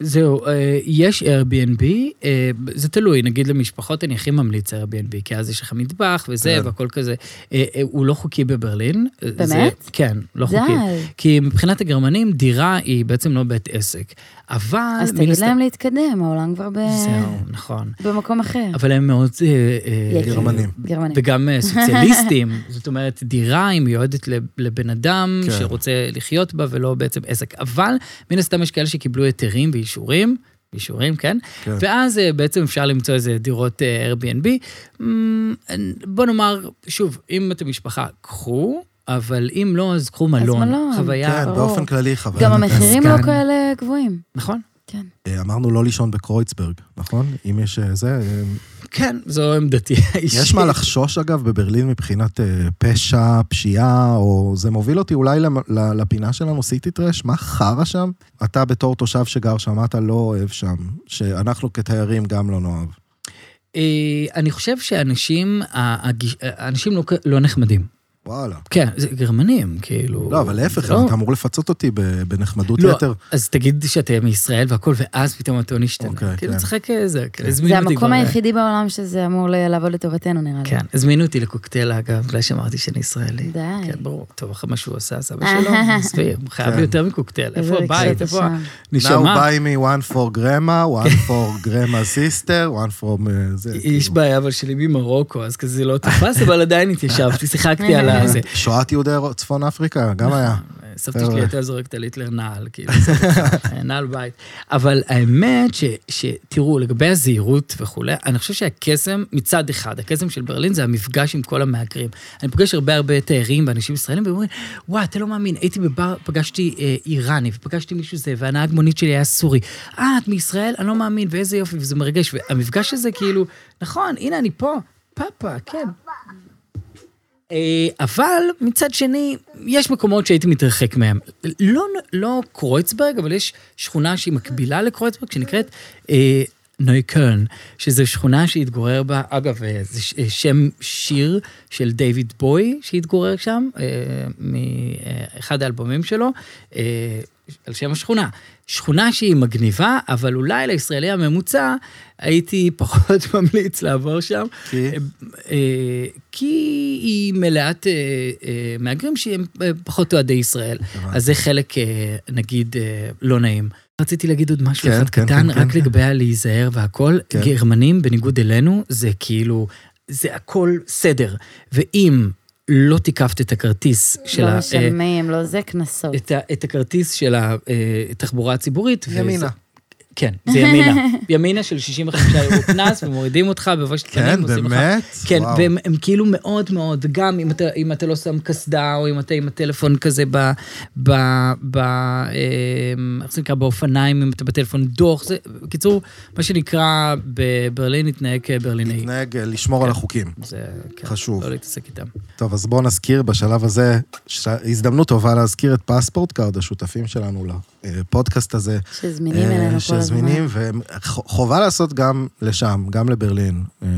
Speaker 2: זהו, אה, יש Airbnb, אה, זה תלוי, נגיד למשפחות אני הכי ממליץ Airbnb, כי אז יש לך מטבח וזה,
Speaker 1: כן.
Speaker 2: והכל כזה. אה, אה, הוא לא חוקי בברלין. אה, זה- כן, לא
Speaker 4: די.
Speaker 2: חוקי. כי מבחינת הגרמנים, דירה היא בעצם לא בית עסק. אבל...
Speaker 4: אז
Speaker 2: מן
Speaker 4: תגיד
Speaker 2: הסתם-
Speaker 4: להם אה, להתקדם, העולם כבר ב-
Speaker 2: זהו, נכון.
Speaker 4: במקום אחר.
Speaker 2: אבל הם מאוד... אה, אה,
Speaker 4: יקרים.
Speaker 1: גרמנים.
Speaker 4: כן. גרמנים.
Speaker 2: וגם אה, סוציאליסטים. זאת אומרת, דירה היא מיועדת לב- לבן אדם
Speaker 1: כן.
Speaker 2: שרוצה לחיות בה ולא בעצם עסק. אבל מן הסתם יש כאלה שקיבלו היתרים ואישורים. אישורים, כן?
Speaker 1: כן.
Speaker 2: ואז אה, בעצם אפשר למצוא איזה דירות אה, Airbnb. אמ, בוא נאמר, שוב, אם אתם משפחה, קחו, אבל אם לא, אז קחו מלון.
Speaker 4: מלון.
Speaker 2: חוויה,
Speaker 1: כן,
Speaker 4: ברור.
Speaker 1: באופן כללי חבל.
Speaker 4: גם המחירים
Speaker 2: הסגן.
Speaker 4: לא כאלה גבוהים.
Speaker 2: נכון?
Speaker 4: כן.
Speaker 1: אה, אמרנו לא לישון בקרויצברג, נכון? אם יש אה, זה... אה,
Speaker 2: כן, זו עמדתי האישית.
Speaker 1: יש מה לחשוש, אגב, בברלין מבחינת אה, פשע, פשיעה, או... זה מוביל אותי אולי למ- ל- לפינה שלנו, סיטי טרש, מה חרא שם? אתה בתור תושב שגר שם, מה אתה לא אוהב שם, שאנחנו כתיירים גם לא נאהב.
Speaker 2: אה, אני חושב שאנשים, ה- הגיש- האנשים לא, כ- לא נחמדים.
Speaker 1: וואלה.
Speaker 2: כן, זה גרמנים, כאילו.
Speaker 1: לא, אבל להפך,
Speaker 2: זה לא-
Speaker 1: אתה אמור לפצות אותי ב- בנחמדות
Speaker 2: לא,
Speaker 1: יתר.
Speaker 2: אז תגיד שאתה מישראל והכל, ואז פתאום הטון
Speaker 1: אוקיי,
Speaker 2: השתנה. כאילו,
Speaker 1: כן.
Speaker 2: צחק איזה, כאילו, הזמינו
Speaker 4: זה
Speaker 2: אותי
Speaker 4: המקום
Speaker 2: כבר-
Speaker 4: היחידי בעולם שזה אמור ל- לעבוד לטובתנו, נראה לי.
Speaker 2: כן, הזמינו אותי לקוקטייל, אגב, בגלל שאמרתי שאני ישראלי.
Speaker 4: די.
Speaker 2: כן, ברור. טוב, אחרי מה שהוא עשה, סבא שלו, עזבי, הוא חייב
Speaker 1: כן.
Speaker 2: לי יותר מקוקטייל.
Speaker 4: איזה
Speaker 2: איפה הבית,
Speaker 4: רגשות
Speaker 2: איפה
Speaker 4: ישר.
Speaker 1: Now
Speaker 2: הנשמה?
Speaker 1: buy me one for grandma, one for grandma sister, one from אה, זה.
Speaker 2: יש
Speaker 1: כאילו.
Speaker 2: בעיה, אבל שלי ממרוקו, אז כזה לא תפס, אבל עדיין התיישבתי, שיחקתי על הזה.
Speaker 1: שואת יהודי צפון אפריקה, גם היה.
Speaker 2: סבתא
Speaker 1: חבר'ה.
Speaker 2: שלי הייתה זורקת על היטלר נעל, כאילו, סבתא, נעל בית. אבל האמת ש- ש- תראו, לגבי הזהירות וכולי, אני חושב שהקסם, מצד אחד, הקסם של ברלין זה המפגש עם כל המהגרים. אני פוגש הרבה הרבה תיירים ואנשים ישראלים, והם אומרים, וואי, אתה לא מאמין, הייתי בבר, פגשתי אה, איראני, ופגשתי מישהו זה, והנהג מונית שלי היה סורי. אה, את מישראל? אני לא מאמין, ואיזה יופי, וזה מרגש. והמפגש הזה כאילו, נכון, הנה אני פה, פאפה, כן. אה, אבל מצד שני, יש מקומות שהייתי מתרחק מהם. לא, לא קרויצברג, אבל יש שכונה שהיא מקבילה לקרויצברג, שנקראת אה, נויקרן, שזו שכונה שהתגורר בה, אגב, אה, זה ש- אה, שם שיר של דיוויד בוי שהתגורר שם, אה, מאחד האלבומים שלו, אה, על שם השכונה. שכונה שהיא מגניבה, אבל אולי לישראלי הממוצע הייתי פחות ממליץ לעבור שם.
Speaker 1: כי?
Speaker 2: אה, כי היא מלאת אה, אה, מהגרים שהם אה, פחות אוהדי ישראל.
Speaker 1: הבנתי.
Speaker 2: אז זה חלק, אה, נגיד, אה, לא נעים. רציתי להגיד עוד משהו
Speaker 1: כן,
Speaker 2: אחד
Speaker 1: כן,
Speaker 2: קטן,
Speaker 1: כן, כן,
Speaker 2: רק
Speaker 1: כן.
Speaker 2: לגבי הלהיזהר והכל.
Speaker 1: כן.
Speaker 2: גרמנים, בניגוד אלינו, זה כאילו, זה הכל סדר. ואם לא תיקפת את הכרטיס של
Speaker 4: לא
Speaker 2: ה... אה,
Speaker 4: משלמים, לא זה קנסות.
Speaker 2: את, ה, את הכרטיס של התחבורה הציבורית.
Speaker 1: ימינה.
Speaker 2: אה, וזה- כן, זה ימינה. ימינה של 65 אירו קנס, ומורידים אותך בבש
Speaker 1: כן,
Speaker 2: קטנים, ועושים לך...
Speaker 1: באמת?
Speaker 2: כן,
Speaker 1: וואו.
Speaker 2: והם הם כאילו מאוד מאוד, גם אם אתה, אם אתה לא שם קסדה, או אם אתה עם הטלפון כזה ב... ב... ב... אמ, איך זה נקרא? באופניים, אם אתה בטלפון דוח, זה... בקיצור, מה שנקרא, בברלין התנהג כברלינאי.
Speaker 1: נהג אה, לשמור על החוקים.
Speaker 2: זה... כן,
Speaker 1: חשוב.
Speaker 2: לא להתעסק איתם.
Speaker 1: טוב, אז בואו נזכיר בשלב הזה, ש... הזדמנות טובה להזכיר את פספורט קארד, השותפים שלנו לפודקאסט הזה.
Speaker 4: שזמינים אלינו
Speaker 1: אה,
Speaker 4: כל הזמן.
Speaker 1: שזמינים, וחובה לעשות גם לשם, גם לברלין, אה,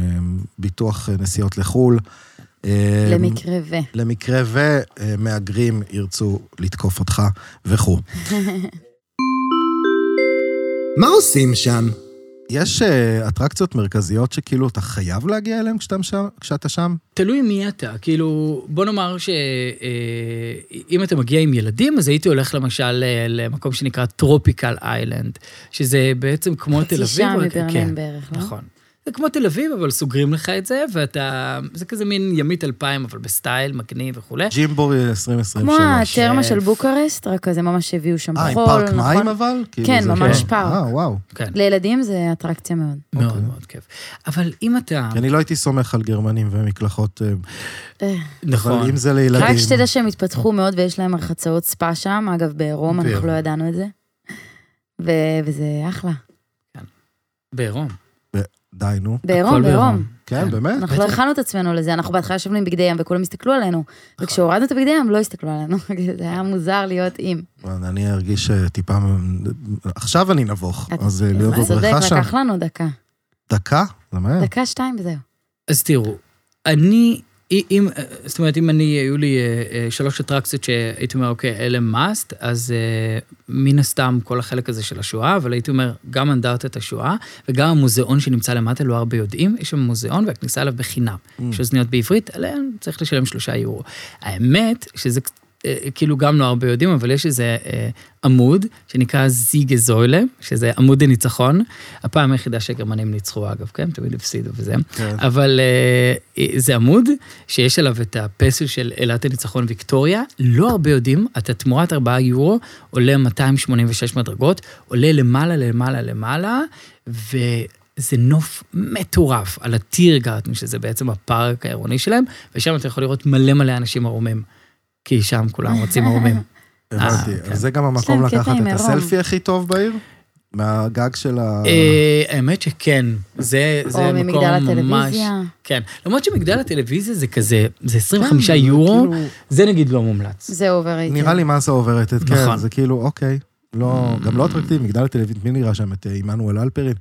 Speaker 1: ביטוח אה, נסיעות לחו"ל. אה,
Speaker 4: למקרה ו...
Speaker 1: למקרה ומהגרים ירצו לתקוף אותך וכו'.
Speaker 3: מה עושים שם?
Speaker 1: יש אה, אטרקציות מרכזיות שכאילו אתה חייב להגיע אליהן כשאתה שם? כשאתה שם?
Speaker 2: תלוי מי אתה, כאילו, בוא נאמר שאם אתה מגיע עם ילדים, אז הייתי הולך למשל אה, למקום שנקרא טרופיקל איילנד, שזה בעצם כמו
Speaker 4: חצי
Speaker 2: תל אביב.
Speaker 4: שעה
Speaker 2: רק-
Speaker 4: מברלין
Speaker 2: כן,
Speaker 4: בערך, לא?
Speaker 2: נכון. זה כמו תל אביב, אבל סוגרים לך את זה, ואתה... זה כזה מין ימית אלפיים, אבל בסטייל, מגניב וכולי.
Speaker 1: ג'ימבורי 2023.
Speaker 4: כמו הטרמה של
Speaker 2: שף.
Speaker 4: בוקרשט, רק כזה ממש הביאו שם חול.
Speaker 1: אה, עם פארק
Speaker 4: נכון?
Speaker 1: מים אבל? כאילו
Speaker 4: כן,
Speaker 1: זה-
Speaker 4: ממש
Speaker 1: כן.
Speaker 4: פארק.
Speaker 1: אה, וואו.
Speaker 2: כן,
Speaker 4: לילדים זה אטרקציה מאוד.
Speaker 2: מאוד מאוד כיף. אבל אם אתה...
Speaker 1: כי אני לא הייתי סומך על גרמנים ומקלחות, אה, אבל
Speaker 2: נכון.
Speaker 1: אם זה
Speaker 4: רק
Speaker 1: לילדים...
Speaker 4: שתדע שהם התפתחו מאוד ויש להם הרחצאות ספא שם, אגב, בעירום,
Speaker 1: בעירום.
Speaker 4: אנחנו לא ידענו את זה. ו- וזה אחלה.
Speaker 2: בעירום.
Speaker 1: די, נו.
Speaker 4: בעירום, בעירום.
Speaker 1: כן, באמת?
Speaker 4: אנחנו לא הכנו את עצמנו לזה, אנחנו בהתחלה ישבנו עם בגדי ים וכולם הסתכלו עלינו.
Speaker 1: נכון.
Speaker 4: וכשהורדנו את הבגדי ים, לא הסתכלו עלינו. זה היה מוזר להיות עם.
Speaker 1: אני ארגיש אה, טיפה... עכשיו אני נבוך, אז אה, להיות בבריכה
Speaker 4: צודק,
Speaker 1: שם. כן.
Speaker 4: לקח לנו דקה.
Speaker 1: דקה? זה מהר.
Speaker 4: דקה, שתיים וזהו.
Speaker 2: אז תראו, אני, אי- אם, אה, זאת אומרת, אם אני, היו לי אה, אה, שלוש אטרקציות שהייתי אומר, אוקיי, אלה must, אז אה, מן הסתם כל החלק הזה של השואה, אבל הייתי אומר, גם אנדרטת השואה, וגם המוזיאון שנמצא למטה, לא הרבה יודעים, יש שם מוזיאון והכניסה אליו בחינם.
Speaker 1: Mm.
Speaker 2: יש אוזניות בעברית, עליהן צריך לשלם שלושה יורו. האמת, שזה... קצ- אה, כאילו גם לא הרבה יודעים, אבל יש איזה אה, עמוד שנקרא זיגה זוילה, שזה עמוד הניצחון. הפעם היחידה שהגרמנים ניצחו, אגב, כן? תמיד הפסידו וזה.
Speaker 1: כן.
Speaker 2: אבל אה, זה עמוד שיש עליו את הפסל של אלת הניצחון ויקטוריה. לא הרבה יודעים, אתה תמורת 4 יורו, עולה 286 מדרגות, עולה למעלה, למעלה, למעלה, וזה נוף מטורף על הטיר גארטן, שזה בעצם הפארק העירוני שלהם, ושם אתה יכול לראות מלא מלא אנשים ערומים, כי שם כולם רוצים ערומים.
Speaker 1: הבנתי.
Speaker 2: אה,
Speaker 1: אז
Speaker 2: כן.
Speaker 1: זה גם
Speaker 4: יש להם
Speaker 1: המקום
Speaker 4: קטע
Speaker 1: לקחת
Speaker 4: עם
Speaker 1: את
Speaker 4: עירום.
Speaker 1: הסלפי הכי טוב בעיר? מהגג של ה...
Speaker 2: אה, האמת שכן, זה זה
Speaker 4: או
Speaker 2: מקום
Speaker 4: ממגדל
Speaker 2: ממש...
Speaker 4: הטלוויזיה.
Speaker 2: כן, למרות שמגדל הטלוויזיה זה כזה, זה 25
Speaker 1: כן, זה
Speaker 2: יורו,
Speaker 1: כאילו-
Speaker 2: זה נגיד לא מומלץ.
Speaker 4: זה אובררייטד.
Speaker 1: נראה לי מסה אוברטד, כן,
Speaker 2: נכון. Mm.
Speaker 1: זה כאילו, אוקיי. לא, גם לא אטרקטיבי, מגדל הטלוויזיה, מי נראה שם? את אה, עמנואל אלפרין?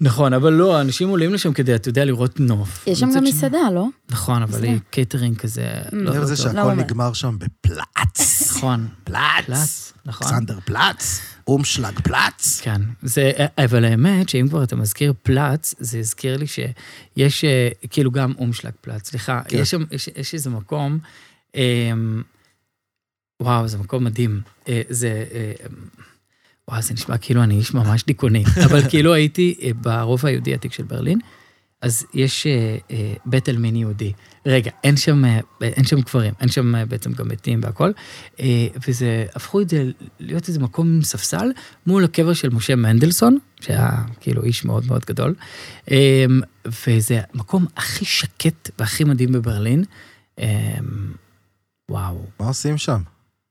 Speaker 2: נכון, אבל לא, אנשים עולים לשם כדי, אתה יודע, לראות נוף.
Speaker 4: יש שם
Speaker 2: מצד
Speaker 4: גם
Speaker 2: שני-
Speaker 4: מסעדה, Mm. לא?
Speaker 2: נכון, אבל
Speaker 4: מסעדה.
Speaker 2: היא קייטרינג כזה, לא
Speaker 1: זה
Speaker 2: לא
Speaker 1: זה
Speaker 2: טוב.
Speaker 1: שהכל
Speaker 4: באמת.
Speaker 1: נגמר שם בפלאץ.
Speaker 2: נכון.
Speaker 1: פלאץ.
Speaker 2: פלץ, נכון.
Speaker 1: אלכסנדר פלאץ. אומשלג פלאץ.
Speaker 2: כן, זה, אבל האמת שאם כבר אתה מזכיר פלץ, זה הזכיר לי שיש, אה, כאילו גם אומשלג פלץ, סליחה,
Speaker 1: כן.
Speaker 2: יש שם, יש, יש איזה מקום, אה, וואו, זה מקום מדהים. אה, זה, אה, וואו, זה נשמע כאילו אני איש ממש דיכאוני, אבל כאילו הייתי אה, ברובע היהודי העתיק של ברלין, אז יש אה, אה, בית עלמין יהודי. רגע, אין שם, אה, אין שם קברים, אין שם אה, בעצם גם בתים והכל, אה, וזה, הפכו את זה להיות איזה מקום עם ספסל מול הקבר של משה מנדלסון, שהיה כאילו איש מאוד מאוד גדול, אה, וזה המקום הכי שקט והכי מדהים בברלין. אה, וואו.
Speaker 1: מה עושים שם?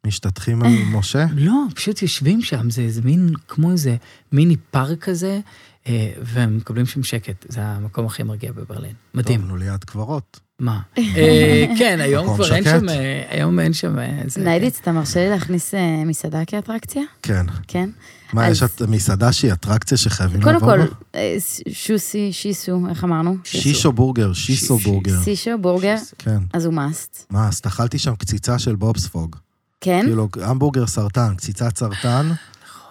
Speaker 1: משתטחים על
Speaker 4: אה.
Speaker 1: משה?
Speaker 2: לא, פשוט יושבים שם, זה איזה מין, כמו איזה מיני פארק כזה, אה, והם מקבלים שם שקט. זה המקום הכי מרגיע בברלין. מדהים.
Speaker 1: טוב, נו, ליד קברות.
Speaker 2: מה? אה, כן, היום
Speaker 1: מקום
Speaker 2: כבר אין
Speaker 1: שקט.
Speaker 2: שם, אה, היום אין שם איזה...
Speaker 4: ניידיץ, אתה מרשה לי להכניס אה, מסעדה כאטרקציה?
Speaker 1: כן.
Speaker 4: כן.
Speaker 1: מה,
Speaker 4: אז-
Speaker 1: יש את- מסעדה שהיא אטרקציה שחייבים
Speaker 4: קודם
Speaker 1: לעבור
Speaker 4: כל,
Speaker 1: בה?
Speaker 4: אה, ש- שוסי, שיסו, איך אמרנו?
Speaker 1: שישו בורגר, שיסו
Speaker 2: שישו.
Speaker 1: בורגר.
Speaker 4: שישו, בורגר,
Speaker 1: כן.
Speaker 4: אז הוא מאסט.
Speaker 1: מה, אז אכלתי שם קציצה של בובספוג.
Speaker 4: כן?
Speaker 1: כאילו, המבורגר סרטן, קציצת סרטן.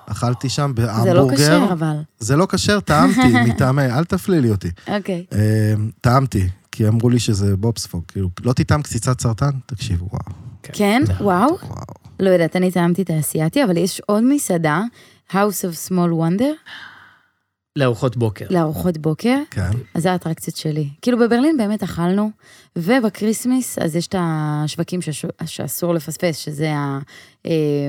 Speaker 1: אכלתי שם
Speaker 4: זה לא
Speaker 1: בהמבורגר.
Speaker 4: כשר, אבל.
Speaker 1: זה לא כשר, טעמתי, מטעמי, אל תפלילי אותי.
Speaker 4: אוקיי.
Speaker 1: אה, טעמתי, כי אמרו לי שזה בובספוג. כאילו, לא תטעם קציצת סרטן? תקשיבו, וואו.
Speaker 4: כן? וואו.
Speaker 1: וואו.
Speaker 4: לא יודעת, אני טעמתי את האסייתי, אבל יש עוד מסעדה, House of Small Wonder.
Speaker 2: לארוחות בוקר.
Speaker 4: לארוחות בוקר,
Speaker 1: כן.
Speaker 4: אז זה האטרקציות שלי. כאילו בברלין באמת אכלנו, ובקריסמיס, אז יש את השווקים שש... שאסור לפספס, שזה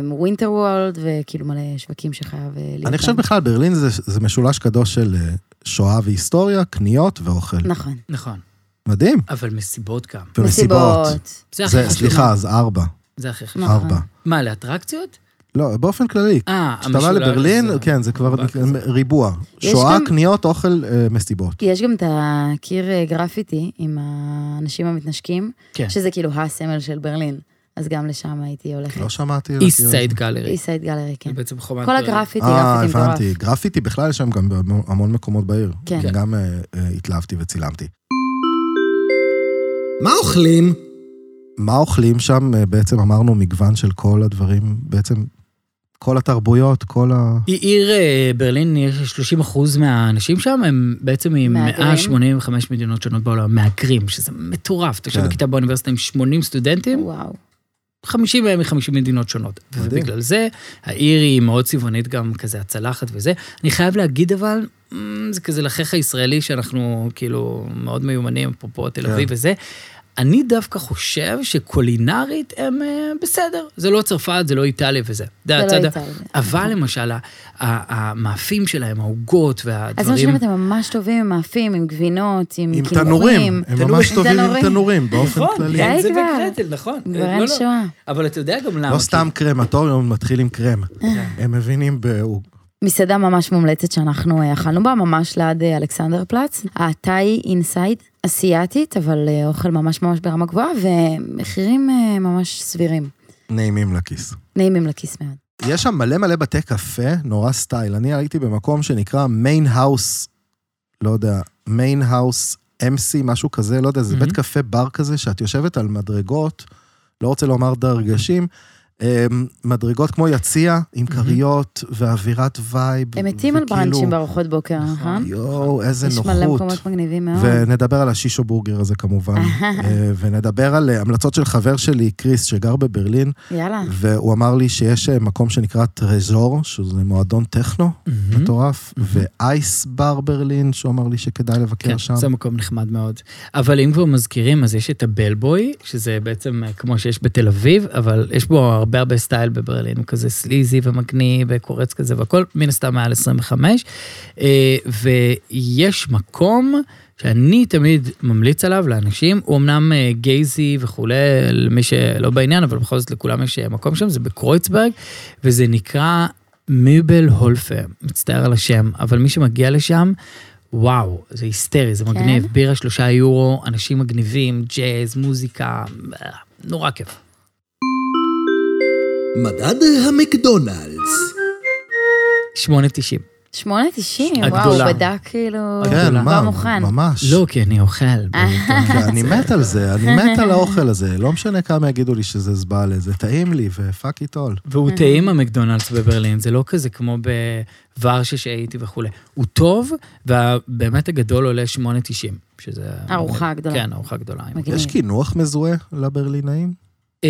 Speaker 4: הווינטר וולד, וכאילו מלא שווקים שחייב אה, להיות.
Speaker 1: אני חושב
Speaker 4: בהם.
Speaker 1: בכלל, ברלין זה, זה משולש קדוש של אה, שואה והיסטוריה, קניות ואוכל.
Speaker 4: נכון.
Speaker 2: נכון,
Speaker 1: מדהים.
Speaker 2: אבל מסיבות גם.
Speaker 1: ומסיבות.
Speaker 4: מסיבות.
Speaker 2: זה הכי
Speaker 1: זה,
Speaker 2: חשוב.
Speaker 1: סליחה, אז ארבע.
Speaker 2: זה הכי חשוב.
Speaker 4: נכון.
Speaker 1: ארבע.
Speaker 2: מה, לאטרקציות?
Speaker 1: לא, באופן כללי.
Speaker 2: אה,
Speaker 1: כשאתה בא
Speaker 2: המשולש
Speaker 1: לברלין,
Speaker 2: הזה.
Speaker 1: כן, זה כבר
Speaker 2: דבר כזה.
Speaker 1: ריבוע.
Speaker 4: יש
Speaker 1: שואה,
Speaker 4: גם-
Speaker 1: קניות, אוכל, אה, מסיבות.
Speaker 4: יש גם את הקיר אה, גרפיטי עם האנשים המתנשקים,
Speaker 2: כן.
Speaker 4: שזה כאילו הסמל של ברלין, אז גם לשם הייתי הולכת.
Speaker 1: לא שמעתי. על
Speaker 2: איסט
Speaker 1: הקיר.
Speaker 2: סייד גלרי.
Speaker 4: איסייד גלרי, כן.
Speaker 2: זה בעצם חומת...
Speaker 4: כל
Speaker 2: ברלין.
Speaker 4: הגרפיטי,
Speaker 1: אה,
Speaker 4: גרפיטי מטורף.
Speaker 1: הבנתי. גרפיטי בכלל יש שם גם בהמון מקומות בעיר.
Speaker 4: כן.
Speaker 1: אני גם אה, אה, התלהבתי וצילמתי.
Speaker 5: מה אוכלים?
Speaker 1: מה אוכלים שם? אה, בעצם אמרנו מגוון של כל הדברים, בעצם כל התרבויות, כל ה...
Speaker 2: היא עיר אה, ברלין, יש 30 אחוז מהאנשים שם, הם בעצם
Speaker 4: מהגרים.
Speaker 2: מ-185 מדינות שונות בעולם, מהגרים, שזה מטורף. אתה יושב
Speaker 1: כן.
Speaker 2: בכיתה באוניברסיטה עם 80 סטודנטים,
Speaker 4: וואו.
Speaker 2: 50 מהם מ-50 מדינות שונות.
Speaker 1: מדהים.
Speaker 2: ובגלל זה, העיר היא מאוד צבעונית גם כזה, הצלחת וזה. אני חייב להגיד אבל, אמ, זה כזה לחך הישראלי שאנחנו כאילו מאוד מיומנים, אפרופו תל אביב
Speaker 4: כן.
Speaker 2: וזה. אני דווקא חושב שקולינרית הם אה, בסדר. זה לא צרפת, זה לא איטליה וזה.
Speaker 4: זה לא
Speaker 2: הצד ה-
Speaker 4: איטליה.
Speaker 2: אבל למשל, ה- ה- המאפים שלהם, העוגות
Speaker 4: אז מה
Speaker 2: והדברים...
Speaker 4: שלהם אתם ממש טובים עם מאפים, עם גבינות, עם
Speaker 1: עם
Speaker 4: קינוחים.
Speaker 1: תנורים. הם ממש
Speaker 4: עם
Speaker 1: טובים עם
Speaker 4: תנורים. נכון, כן.
Speaker 1: תנורים, באופן כללי.
Speaker 4: די
Speaker 2: אין נכון, כן, זה
Speaker 4: כבר.
Speaker 2: בקרטל, נכון.
Speaker 4: כבר
Speaker 2: אה,
Speaker 4: אין
Speaker 2: לא, לא.
Speaker 4: שואה.
Speaker 2: אבל אתה יודע גם למה. כן.
Speaker 1: לא
Speaker 2: כי-
Speaker 1: סתם קרמטוריום מתחיל עם קרם. הם מבינים ב...
Speaker 4: מסעדה ממש מומלצת שאנחנו אה, אכלנו בה, ממש ליד אה, אלכסנדר פלץ. התאי אינסייד, אסיאתית, אבל אה, אוכל ממש ממש ברמה גבוהה, ומחירים אה, ממש סבירים.
Speaker 1: נעימים לכיס.
Speaker 4: נעימים לכיס מאוד.
Speaker 1: יש שם מלא מלא בתי קפה, נורא סטייל. אני הייתי במקום שנקרא מיין האוס, לא יודע, מיין האוס אמסי, משהו כזה, לא יודע, זה בית
Speaker 2: Mhm.
Speaker 1: קפה בר כזה, שאת יושבת על מדרגות, לא רוצה לומר דרגשים, אמ, מדרגות כמו יציע, עם כריות ואווירת וייב.
Speaker 4: הם מתים על
Speaker 1: וכאילו,
Speaker 4: בראנצ'ים בארוחות בוקר, נכון?
Speaker 1: יואו, כאילו- איזה
Speaker 4: יש
Speaker 1: נוחות.
Speaker 4: מלא מקומות מגניבים מאוד.
Speaker 1: ונדבר על השישו בורגר הזה כמובן, אה, ונדבר על אה, המלצות של חבר שלי, קריס, שגר בברלין,
Speaker 4: יאללה.
Speaker 1: והוא אמר לי שיש אה, מקום שנקרא טרז'ור, שזה מועדון טכנו
Speaker 2: מהמם.
Speaker 1: מטורף, ואייס בר ברלין, שהוא אמר לי שכדאי לבקר
Speaker 2: כן,
Speaker 1: שם.
Speaker 2: זה מקום נחמד מאוד. אבל אם כבר מזכירים, אז יש את הבלבוי, שזה בעצם אה, כמו שיש בתל אביב, אבל יש בו הרבה הרבה סטייל בברלין, הוא כזה סליזי ומגניב וקורץ כזה והכל, מן הסתם מעל 25. אה, ויש מקום שאני תמיד ממליץ עליו לאנשים, הוא אמנם אה, גייזי וכולי, למי שלא בעניין, אבל בכל זאת לכולם יש אה, מקום שם, זה בקרויצברג, וזה נקרא מיבל הולפה, מצטער על השם, אבל מי שמגיע לשם, וואו, זה היסטרי,
Speaker 4: כן?
Speaker 2: זה מגניב. בירה שלושה יורו, אנשים מגניבים, ג'אז, מוזיקה, אה, נורא כיף.
Speaker 5: מדד המקדונלדס.
Speaker 2: 8.90.
Speaker 4: 890, וואו,
Speaker 2: הגדולה.
Speaker 4: הוא בדק כאילו...
Speaker 1: כן,
Speaker 4: הוא
Speaker 1: מה,
Speaker 4: בא מוכן.
Speaker 1: ממש.
Speaker 2: לא, כי אני אוכל. בעיתון.
Speaker 1: כן, אני מת על זה, אני מת על האוכל הזה, לא משנה כמה יגידו לי שזה זבאלה, זה טעים לי ופאק איט אול.
Speaker 2: והוא טעים המקדונלדס בברלין, זה לא כזה כמו בוורשה שהייתי וכולי. הוא טוב, ובאמת הגדול עולה 8.90, שזה...
Speaker 4: ארוחה גדולה.
Speaker 2: כן, ארוחה גדולה. עם
Speaker 4: מגניב.
Speaker 1: יש קינוח מזוהה לברלינאים?
Speaker 2: אה,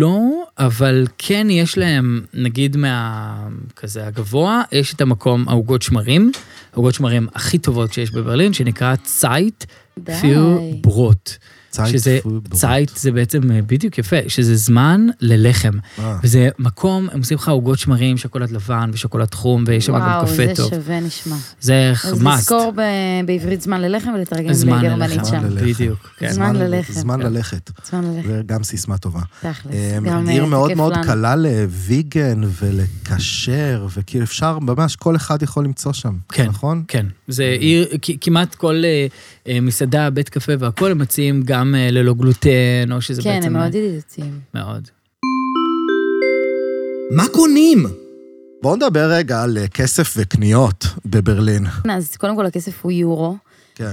Speaker 2: לא, אבל כן יש להם, נגיד מה... כזה הגבוה, יש את המקום העוגות שמרים, העוגות שמרים הכי טובות שיש בברלין, שנקרא צייט
Speaker 4: די.
Speaker 2: פיר ברוט.
Speaker 1: צייט
Speaker 2: שזה,
Speaker 1: פיר ברוט.
Speaker 2: צייט זה בעצם אה, בדיוק יפה, שזה זמן ללחם.
Speaker 1: אה.
Speaker 2: וזה מקום, הם עושים לך עוגות שמרים, שוקולד לבן ושוקולד חום, ויש שם גם
Speaker 4: וואו,
Speaker 2: קפה
Speaker 4: זה
Speaker 2: טוב.
Speaker 4: שווה נשמע.
Speaker 2: זה
Speaker 4: אז
Speaker 2: must.
Speaker 4: לזכור ב- בעברית זמן ללחם ולתרגם
Speaker 2: זמן
Speaker 4: לגרמנית
Speaker 2: ללחם,
Speaker 4: שם.
Speaker 1: ללחם.
Speaker 2: בדיוק. כן.
Speaker 4: זמן ללכת.
Speaker 1: זמן
Speaker 2: כן.
Speaker 1: ללכת,
Speaker 4: זמן ללחם,
Speaker 1: זה גם סיסמה טובה.
Speaker 4: תכלס.
Speaker 1: אמ,
Speaker 4: גם,
Speaker 1: עיר
Speaker 4: אה,
Speaker 1: מאוד
Speaker 4: כיף
Speaker 1: מאוד
Speaker 4: לנו.
Speaker 1: קלה לוויגן ולכשר, וכאילו אפשר, ממש כל אחד יכול למצוא שם,
Speaker 2: כן,
Speaker 1: נכון?
Speaker 2: כן. זה עיר, כ- כמעט כל אה, אה, מסעדה, בית קפה והכול, הם מציעים גם אה, ללא גלוטן, או שזה
Speaker 4: כן,
Speaker 2: בעצם... אה,
Speaker 4: הם מאוד ידידותיים.
Speaker 2: מאוד.
Speaker 5: מה קונים?
Speaker 1: בואו נדבר רגע על אה, כסף וקניות בברלין.
Speaker 4: אז קודם כל הכסף הוא יורו,
Speaker 1: כן.
Speaker 4: אה,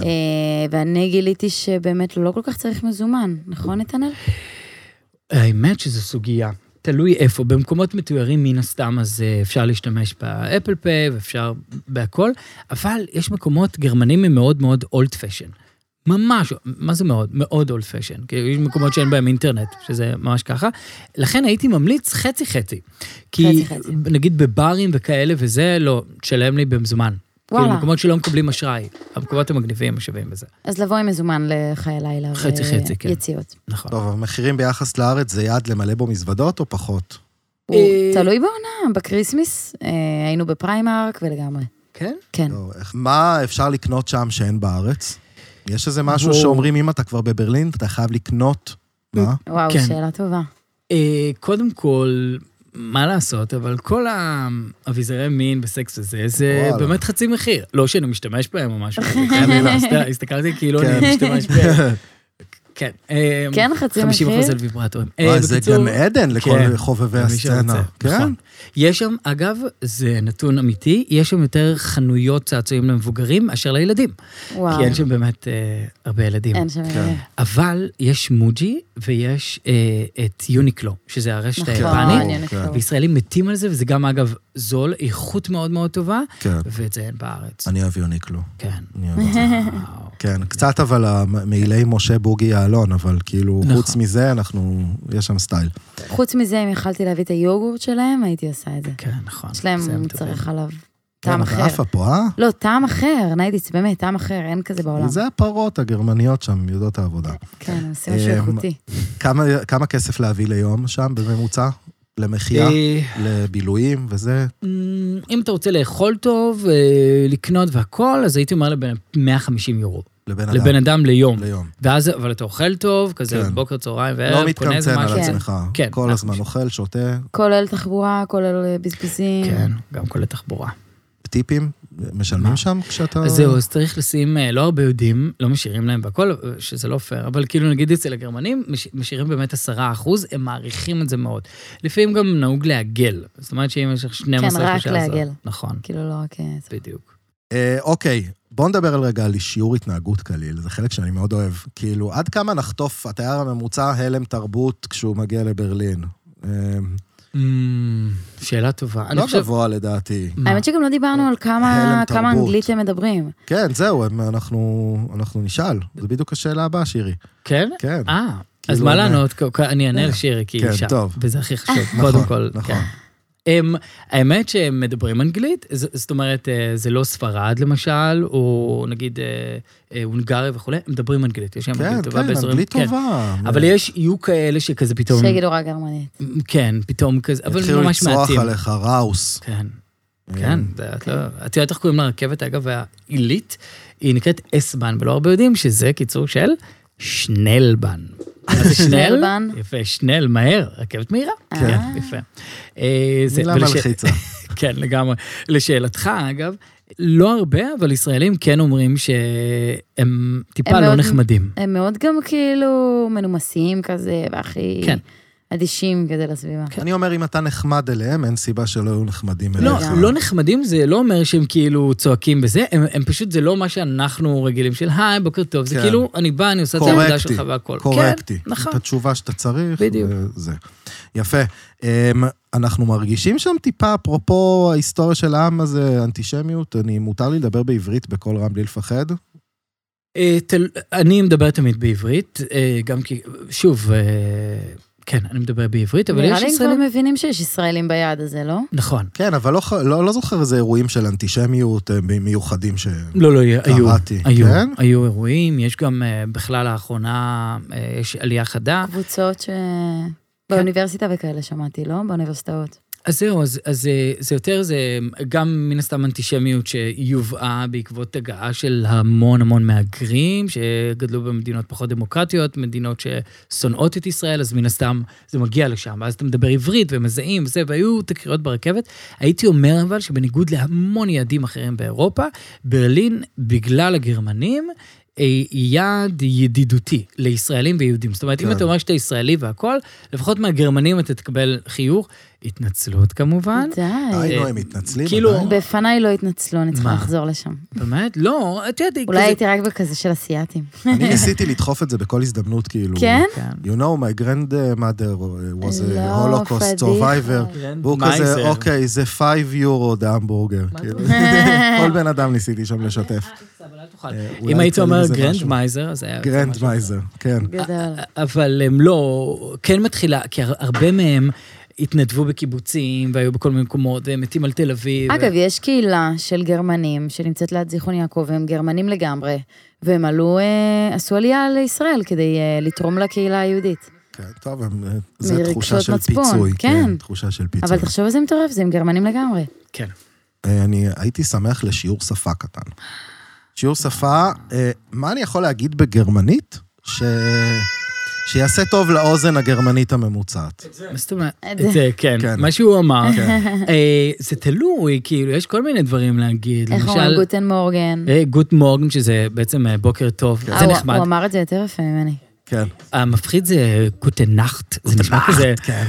Speaker 4: ואני גיליתי שבאמת לא כל כך צריך מזומן, נכון, נתנאל?
Speaker 2: האמת שזו סוגיה. תלוי איפה, במקומות מתוירים מן הסתם, אז אה, אפשר להשתמש באפל פיי ואפשר בהכל, אבל יש מקומות, גרמנים הם מאוד מאוד אולד פשן. ממש, מה זה מאוד? מאוד אולד פשן. כאילו, יש מקומות שאין בהם אינטרנט, שזה ממש ככה. לכן הייתי ממליץ חצי-חצי. כי
Speaker 4: חצי-חצי.
Speaker 2: נגיד בברים וכאלה וזה, לא, תשלם לי במזומן.
Speaker 4: וואלה.
Speaker 2: כאילו, מקומות שלא מקבלים אשראי, המקומות המגניבים השווים וזה.
Speaker 4: אז לבוא עם מזומן לחיי לילה. ו-
Speaker 2: חצי, חצי, כן.
Speaker 4: יציאות.
Speaker 2: נכון.
Speaker 1: טוב, המחירים ביחס לארץ זה יעד למלא בו מזוודות או פחות?
Speaker 4: הוא
Speaker 2: אה,
Speaker 4: תלוי בעונה, בקריסמס אה, היינו בפריימרק ולגמרי.
Speaker 2: כן?
Speaker 4: כן.
Speaker 1: לא, איך- מה אפשר לקנות שם שאין בארץ? יש איזה משהו
Speaker 2: בואו.
Speaker 1: שאומרים, אם אתה כבר בברלין, אתה חייב לקנות,
Speaker 4: אה,
Speaker 1: מה?
Speaker 4: וואו,
Speaker 2: כן.
Speaker 4: שאלה טובה.
Speaker 2: אה, קודם כל, מה לעשות, אבל כל האביזרי מין וסקס וזה, זה
Speaker 1: וואלה.
Speaker 2: באמת חצי מחיר. לא שאני משתמש בהם או משהו כזה, חלילה, הסת- הסתכלתי כאילו אני
Speaker 1: כן.
Speaker 2: משתמש
Speaker 4: אה,
Speaker 2: בהם. כן. אה,
Speaker 4: כן, חצי
Speaker 2: 50
Speaker 4: מחיר?
Speaker 2: אחוז על ויברטורים. אה,
Speaker 1: וואי, זה
Speaker 2: בקיצור,
Speaker 1: גן עדן
Speaker 2: כן,
Speaker 1: לכל חובבי
Speaker 2: למי שרוצה,
Speaker 1: הסצנה. כן?
Speaker 2: נכון. יש שם, אגב, זה נתון אמיתי, יש שם יותר חנויות צעצועים למבוגרים מאשר לילדים.
Speaker 4: וואו.
Speaker 2: כי אין שם כן. באמת אה, הרבה ילדים.
Speaker 4: אין שם...
Speaker 2: אבל יש מוג'י ויש אה, את יוניקלו, שזה הרשת היפנית.
Speaker 4: נכון, יוניקלו.
Speaker 2: וישראלים מתים על זה, וזה גם, אגב, זול, איכות מאוד מאוד טובה,
Speaker 1: כן.
Speaker 2: ואת זה אין בארץ.
Speaker 1: אני אוהב יוניקלו.
Speaker 2: כן.
Speaker 1: אני אוהב את זה.
Speaker 2: וואו.
Speaker 1: כן, קצת אבל המעילי משה בוגי יעלון, אבל כאילו,
Speaker 2: נכון.
Speaker 1: חוץ מזה, אנחנו, יש שם סטייל.
Speaker 4: חוץ מזה, אם יכלתי להביא את היוגורט שלהם, הייתי עושה את זה.
Speaker 2: כן, נכון.
Speaker 4: יש להם
Speaker 2: זה הם
Speaker 4: מוצרי
Speaker 2: טובים.
Speaker 4: חלב.
Speaker 1: כן,
Speaker 4: טעם
Speaker 1: אבל
Speaker 4: אחר.
Speaker 1: עפה פה, אה?
Speaker 4: לא, טעם אחר, ניידיס, באמת, טעם אחר, אין כזה בעולם.
Speaker 1: זה הפרות הגרמניות שם, יודעות את העבודה.
Speaker 4: כן, הם עושים משהו
Speaker 1: אמ,
Speaker 4: איכותי.
Speaker 1: כמה- כמה כסף להביא ליום שם בממוצע? למחיה?
Speaker 2: אה,
Speaker 1: לבילויים וזה?
Speaker 2: אמ, אם אתה רוצה לאכול טוב, אה, לקנות והכול, אז הייתי אומר לבין 150 יורו.
Speaker 1: לבן אדם.
Speaker 2: לבן אדם ליום.
Speaker 1: ליום.
Speaker 2: ואז, אבל אתה אוכל טוב, כזה
Speaker 1: כן.
Speaker 2: בוקר, צהריים וערב,
Speaker 1: לא
Speaker 2: קונה איזה
Speaker 1: מתקמצן על
Speaker 2: משהו.
Speaker 1: עצמך.
Speaker 2: כן,
Speaker 1: כל הזמן
Speaker 2: אנחנו-
Speaker 1: אוכל, שותה,
Speaker 4: כולל תחבורה, כולל אה, בזבוזים.
Speaker 2: כן, גם כולל תחבורה.
Speaker 1: טיפים, משלמים שם כשאתה...
Speaker 2: אז זהו, אז צריך לשים, אה, לא הרבה יודעים, לא משאירים להם והכל, אה, שזה לא פייר, אבל כאילו נגיד אצל הגרמנים, מש- משאירים באמת 10 אחוז, הם מעריכים את זה מאוד. לפעמים גם נהוג לעגל, זאת אומרת שאם יש לך 12
Speaker 4: כן, רק
Speaker 2: 13,
Speaker 4: לעגל.
Speaker 2: נכון,
Speaker 4: כאילו, לא רק... אה, זה.
Speaker 2: בדיוק.
Speaker 1: אה, אוקיי, בוא נדבר על רגע על שיעור התנהגות קליל, זה חלק שאני מאוד אוהב. כאילו, עד כמה נחטוף התייר הממוצע הלם תרבות כשהוא מגיע לברלין? אה,
Speaker 2: אמ, שאלה טובה. אני
Speaker 1: לא
Speaker 2: חושב...
Speaker 1: גבוה לדעתי.
Speaker 2: מה?
Speaker 4: האמת שגם לא דיברנו על כמה,
Speaker 1: הלם
Speaker 4: כמה
Speaker 1: תרבות.
Speaker 4: אנגלית הם מדברים.
Speaker 1: כן, זהו, הם- אנחנו אנחנו נשאל. זו בדיוק השאלה הבאה, שירי.
Speaker 2: כן?
Speaker 1: כן,
Speaker 2: אה, אז
Speaker 1: כאילו,
Speaker 2: מה
Speaker 1: אה,
Speaker 2: לענות? כ- אני
Speaker 4: אה.
Speaker 2: אענה לשירי, כי היא
Speaker 1: כן,
Speaker 2: אישה,
Speaker 1: טוב.
Speaker 2: וזה הכי חשוב,
Speaker 1: נכון,
Speaker 2: קודם כל.
Speaker 1: נכון.
Speaker 2: כן. הם, האמת שהם מדברים אנגלית, ז- זאת אומרת, אה, זה לא ספרד למשל, או נגיד אה, אה, הונגריה וכולי, הם מדברים אנגלית, יש להם
Speaker 1: כן,
Speaker 2: אנגלית טובה
Speaker 1: כן,
Speaker 2: באזורים-
Speaker 1: אנגלית
Speaker 2: כן.
Speaker 1: טובה.
Speaker 2: אבל יש, יהיו כאלה שכזה פתאום,
Speaker 4: שיגידו רק גרמנית.
Speaker 2: כן, פתאום כזה, אבל
Speaker 1: יתחילו
Speaker 2: ממש
Speaker 1: לצרוח
Speaker 2: מעטים.
Speaker 1: עליך, ראוס.
Speaker 2: כן, כן, זה- את לא- את יודעת איך קוראים לרכבת, אגב, העילית, היא נקראת אסבן, ולא הרבה יודעים שזה קיצור של שנלבן. מה זה שנל?
Speaker 4: שנלבן?
Speaker 2: יפה, שנל, מהר, רכבת מהירה. כן, יפה. אה, זה-
Speaker 1: מילה
Speaker 2: ולש-
Speaker 1: מלחיצה.
Speaker 2: כן, לגמרי. לשאלתך, אגב, לא הרבה, אבל ישראלים כן אומרים שהם טיפה
Speaker 4: הם
Speaker 2: לא
Speaker 4: מאוד-
Speaker 2: נחמדים.
Speaker 4: הם מאוד גם כאילו מנומסים כזה, והכי
Speaker 2: כן.
Speaker 4: אדישים כזה לסביבה.
Speaker 1: אני אומר, אם אתה נחמד אליהם, אין סיבה שלא יהיו נחמדים
Speaker 2: לא,
Speaker 1: אליך.
Speaker 2: לא נחמדים, זה לא אומר שהם כאילו צועקים בזה, הם, הם פשוט, זה לא מה שאנחנו רגילים של היי, בוקר טוב, זה
Speaker 1: כן.
Speaker 2: כאילו, אני בא, אני עושה את העבודה
Speaker 1: קורקטי,
Speaker 2: שלך והכל.
Speaker 1: קורקטי.
Speaker 2: כן, נכון.
Speaker 1: את התשובה שאתה צריך,
Speaker 2: בדיוק.
Speaker 1: זה. יפה. אמ, אנחנו מרגישים שם טיפה, אפרופו ההיסטוריה של העם הזה, אנטישמיות, אני, מותר לי לדבר בעברית בקול רם בלי לפחד?
Speaker 2: אה, תל, אני מדבר תמיד בעברית, אה, גם כי, שוב, אה, כן, אני מדבר בעברית, אבל
Speaker 4: נראה
Speaker 2: יש
Speaker 4: לי הם כבר
Speaker 2: ישראלים...
Speaker 4: מבינים שיש ישראלים ביעד הזה, לא?
Speaker 2: נכון.
Speaker 1: כן, אבל לא, ח- לא, לא זוכר איזה אירועים של אנטישמיות אה, מיוחדים ש...
Speaker 2: לא, לא, היו,
Speaker 1: קראתי,
Speaker 2: היו,
Speaker 1: כן?
Speaker 2: היו אירועים, יש גם אה, בכלל לאחרונה, אה, יש עלייה חדה.
Speaker 4: קבוצות ש...
Speaker 2: כן.
Speaker 4: באוניברסיטה וכאלה שמעתי, לא? באוניברסיטאות.
Speaker 2: אז זהו, אז, אז אה, זה יותר, זה גם מן הסתם אנטישמיות שיובאה בעקבות הגעה של המון המון מהגרים, שגדלו במדינות פחות דמוקרטיות, מדינות ששונאות את ישראל, אז מן הסתם זה מגיע לשם. ואז אתה מדבר עברית ומזהים וזה, והיו תקריות ברכבת. הייתי אומר אבל שבניגוד להמון יעדים אחרים באירופה, ברלין, בגלל הגרמנים, היא אה, יעד ידידותי לישראלים ויהודים. זאת אומרת, אם
Speaker 1: כן.
Speaker 2: אתה אומר שאתה ישראלי והכול, לפחות מהגרמנים אתה תקבל חיוך, התנצלות כמובן.
Speaker 4: די.
Speaker 1: היינו, הם מתנצלים.
Speaker 2: כאילו-
Speaker 1: עדיין?
Speaker 4: בפניי לא התנצלו, אני צריכה
Speaker 2: מה?
Speaker 4: לחזור לשם.
Speaker 2: באמת? לא, את יודעת, היא
Speaker 4: אולי
Speaker 2: כזה-
Speaker 4: הייתי רק בכזה של אסייתים.
Speaker 1: אני ניסיתי לדחוף את זה בכל הזדמנות, כאילו.
Speaker 4: כן?
Speaker 2: כן.
Speaker 1: You know, my grandmother uh, was a
Speaker 4: לא,
Speaker 1: holocaust
Speaker 4: פדיחה.
Speaker 1: survivor.
Speaker 2: כן.
Speaker 1: והוא כזה,
Speaker 2: מייזר.
Speaker 1: אוקיי, זה 5 יורו דה המבורגר. כאילו, כל בן אדם ניסיתי שם לשתף.
Speaker 2: תוכל.
Speaker 1: אה, אולי
Speaker 2: אם היית
Speaker 1: יצא לי
Speaker 2: אומר
Speaker 1: מזה
Speaker 2: גרנד
Speaker 1: משהו.
Speaker 2: מייזר, אז היה... יוצא
Speaker 1: גרנד
Speaker 2: משהו.
Speaker 1: מייזר, כן.
Speaker 4: גדול.
Speaker 2: אבל הם לא, כן מתחילה, כי הר- הרבה מהם התנדבו בקיבוצים והיו בכל מיני מקומות, והם מתים על תל אביב.
Speaker 4: אגב, יש קהילה של גרמנים שנמצאת ליד זיכרון יעקב, והם גרמנים לגמרי, והם עלו, אה, עשו עלייה לישראל כדי אה, לתרום לקהילה היהודית.
Speaker 1: כן, טוב, הם, אה, זה
Speaker 4: מרגשות
Speaker 1: תחושה של
Speaker 4: מצפון,
Speaker 1: פיצוי.
Speaker 4: כן.
Speaker 1: תחושה של פיצוי.
Speaker 4: אבל תחשוב איזה מטורף, זה עם גרמנים לגמרי.
Speaker 2: כן.
Speaker 1: אה, אני הייתי שמח לשיעור שפה קטן. שיעור שפה, אה, מה אני יכול להגיד בגרמנית? ש... שיעשה טוב לאוזן הגרמנית הממוצעת.
Speaker 2: מה זאת אומרת?
Speaker 4: את
Speaker 2: את זה, כן.
Speaker 1: כן.
Speaker 2: מה שהוא אמר. אה, זה תלוי, כאילו, יש כל מיני דברים להגיד.
Speaker 4: איך אומרים
Speaker 2: למשל,
Speaker 4: גוטן מורגן?
Speaker 2: אה, גוט מורגן, שזה בעצם אה, בוקר טוב,
Speaker 4: אה,
Speaker 2: זה
Speaker 4: הוא-
Speaker 2: נחמד.
Speaker 4: הוא אמר את זה יותר יפה ממני.
Speaker 1: כן.
Speaker 2: המפחיד זה גוטן נחט, זה נשמע כזה,
Speaker 1: כן.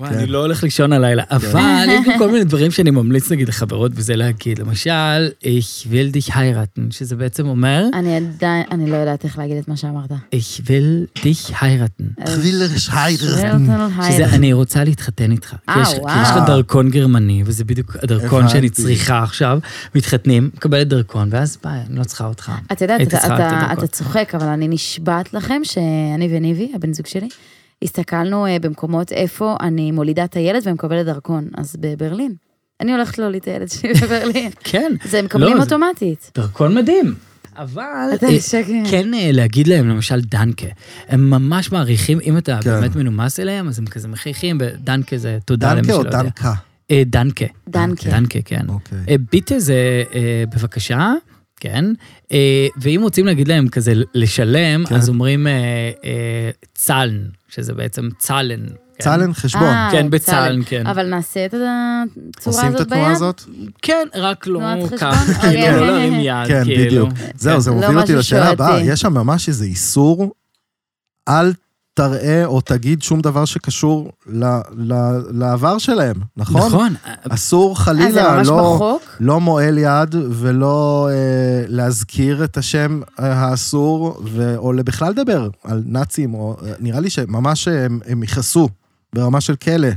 Speaker 2: וואי, אני לא הולך לישון הלילה, אבל יש גם כל מיני דברים שאני ממליץ נגיד לחברות וזה להגיד, למשל, איך will dich heiraten, שזה בעצם אומר,
Speaker 4: אני עדיין, אני לא יודעת איך להגיד את מה שאמרת.
Speaker 2: איך will dich heiraten,
Speaker 1: חווילרש היירן.
Speaker 2: שזה אני רוצה להתחתן איתך, כי
Speaker 4: אה,
Speaker 2: יש- כי
Speaker 4: וואו.
Speaker 2: יש לך דרכון גרמני, וזה בדיוק הדרכון שאני
Speaker 1: הבנתי.
Speaker 2: צריכה עכשיו, מתחתנים, מקבלת דרכון, ואז ביי, אני לא צריכה אותך.
Speaker 4: את יודעת,
Speaker 2: הייתי
Speaker 4: אתה,
Speaker 2: צריכה את
Speaker 4: אתה,
Speaker 2: הדרכון.
Speaker 4: אתה צוחק, אבל אני נשבעת לכם שאני וניבי, הבן זוג שלי, הסתכלנו אה, במקומות איפה אני מולידה את הילד ומקבלת דרכון, אז בברלין. אני הולכת להוליד את הילד שלי בברלין.
Speaker 2: כן.
Speaker 4: זה הם מקבלים
Speaker 2: לא, זה-
Speaker 4: אוטומטית.
Speaker 2: דרכון מדהים. אבל
Speaker 4: אתה
Speaker 2: אה,
Speaker 4: שקר.
Speaker 2: כן אה, להגיד להם למשל דנקה, הם ממש מעריכים, אם אתה
Speaker 1: כן.
Speaker 2: באמת מנומס אליהם, אז הם כזה מחייכים, ודנקה זה תודה למי
Speaker 1: דנקה
Speaker 2: שלא
Speaker 1: או
Speaker 4: לא,
Speaker 2: יודע.
Speaker 1: דנקה?
Speaker 2: אה, דנקה.
Speaker 4: דנקה.
Speaker 2: דנקה, כן.
Speaker 1: אוקיי.
Speaker 2: אה, ביטה זה אה, בבקשה, כן. אה, ואם רוצים להגיד להם כזה לשלם,
Speaker 1: כן.
Speaker 2: אז אומרים אה, אה, צלן, שזה בעצם צלן. כן.
Speaker 1: צלן חשבון.
Speaker 4: אה,
Speaker 2: כן, בצלאל,
Speaker 4: בצלאל.
Speaker 2: כן.
Speaker 4: אבל נעשה את הצורה
Speaker 1: עושים את
Speaker 4: הזאת ביד?
Speaker 1: התנועה הזאת?
Speaker 2: כן, רק לא
Speaker 4: תנועת חשבון?
Speaker 2: ככה,
Speaker 4: אוקיי.
Speaker 2: כאילו, לא להרים יד,
Speaker 1: כן,
Speaker 2: כאילו.
Speaker 1: בדיוק. זהו, זה
Speaker 4: לא
Speaker 1: מוביל אותי
Speaker 4: משהו
Speaker 1: לשאלה
Speaker 4: שואתי.
Speaker 1: הבאה. יש שם ממש איזה איסור, אל תראה או תגיד שום דבר שקשור ל- ל- לעבר שלהם, נכון?
Speaker 2: נכון,
Speaker 1: אסור
Speaker 4: אה, זה
Speaker 1: חלילה,
Speaker 4: ממש
Speaker 1: לא...
Speaker 4: בחוק?
Speaker 1: לא מועל יד ולא אה, להזכיר את השם אה, האסור, ו, או בכלל לדבר על נאצים, או אה, נראה לי שממש אה, הם, הם יכעסו ברמה של כלא.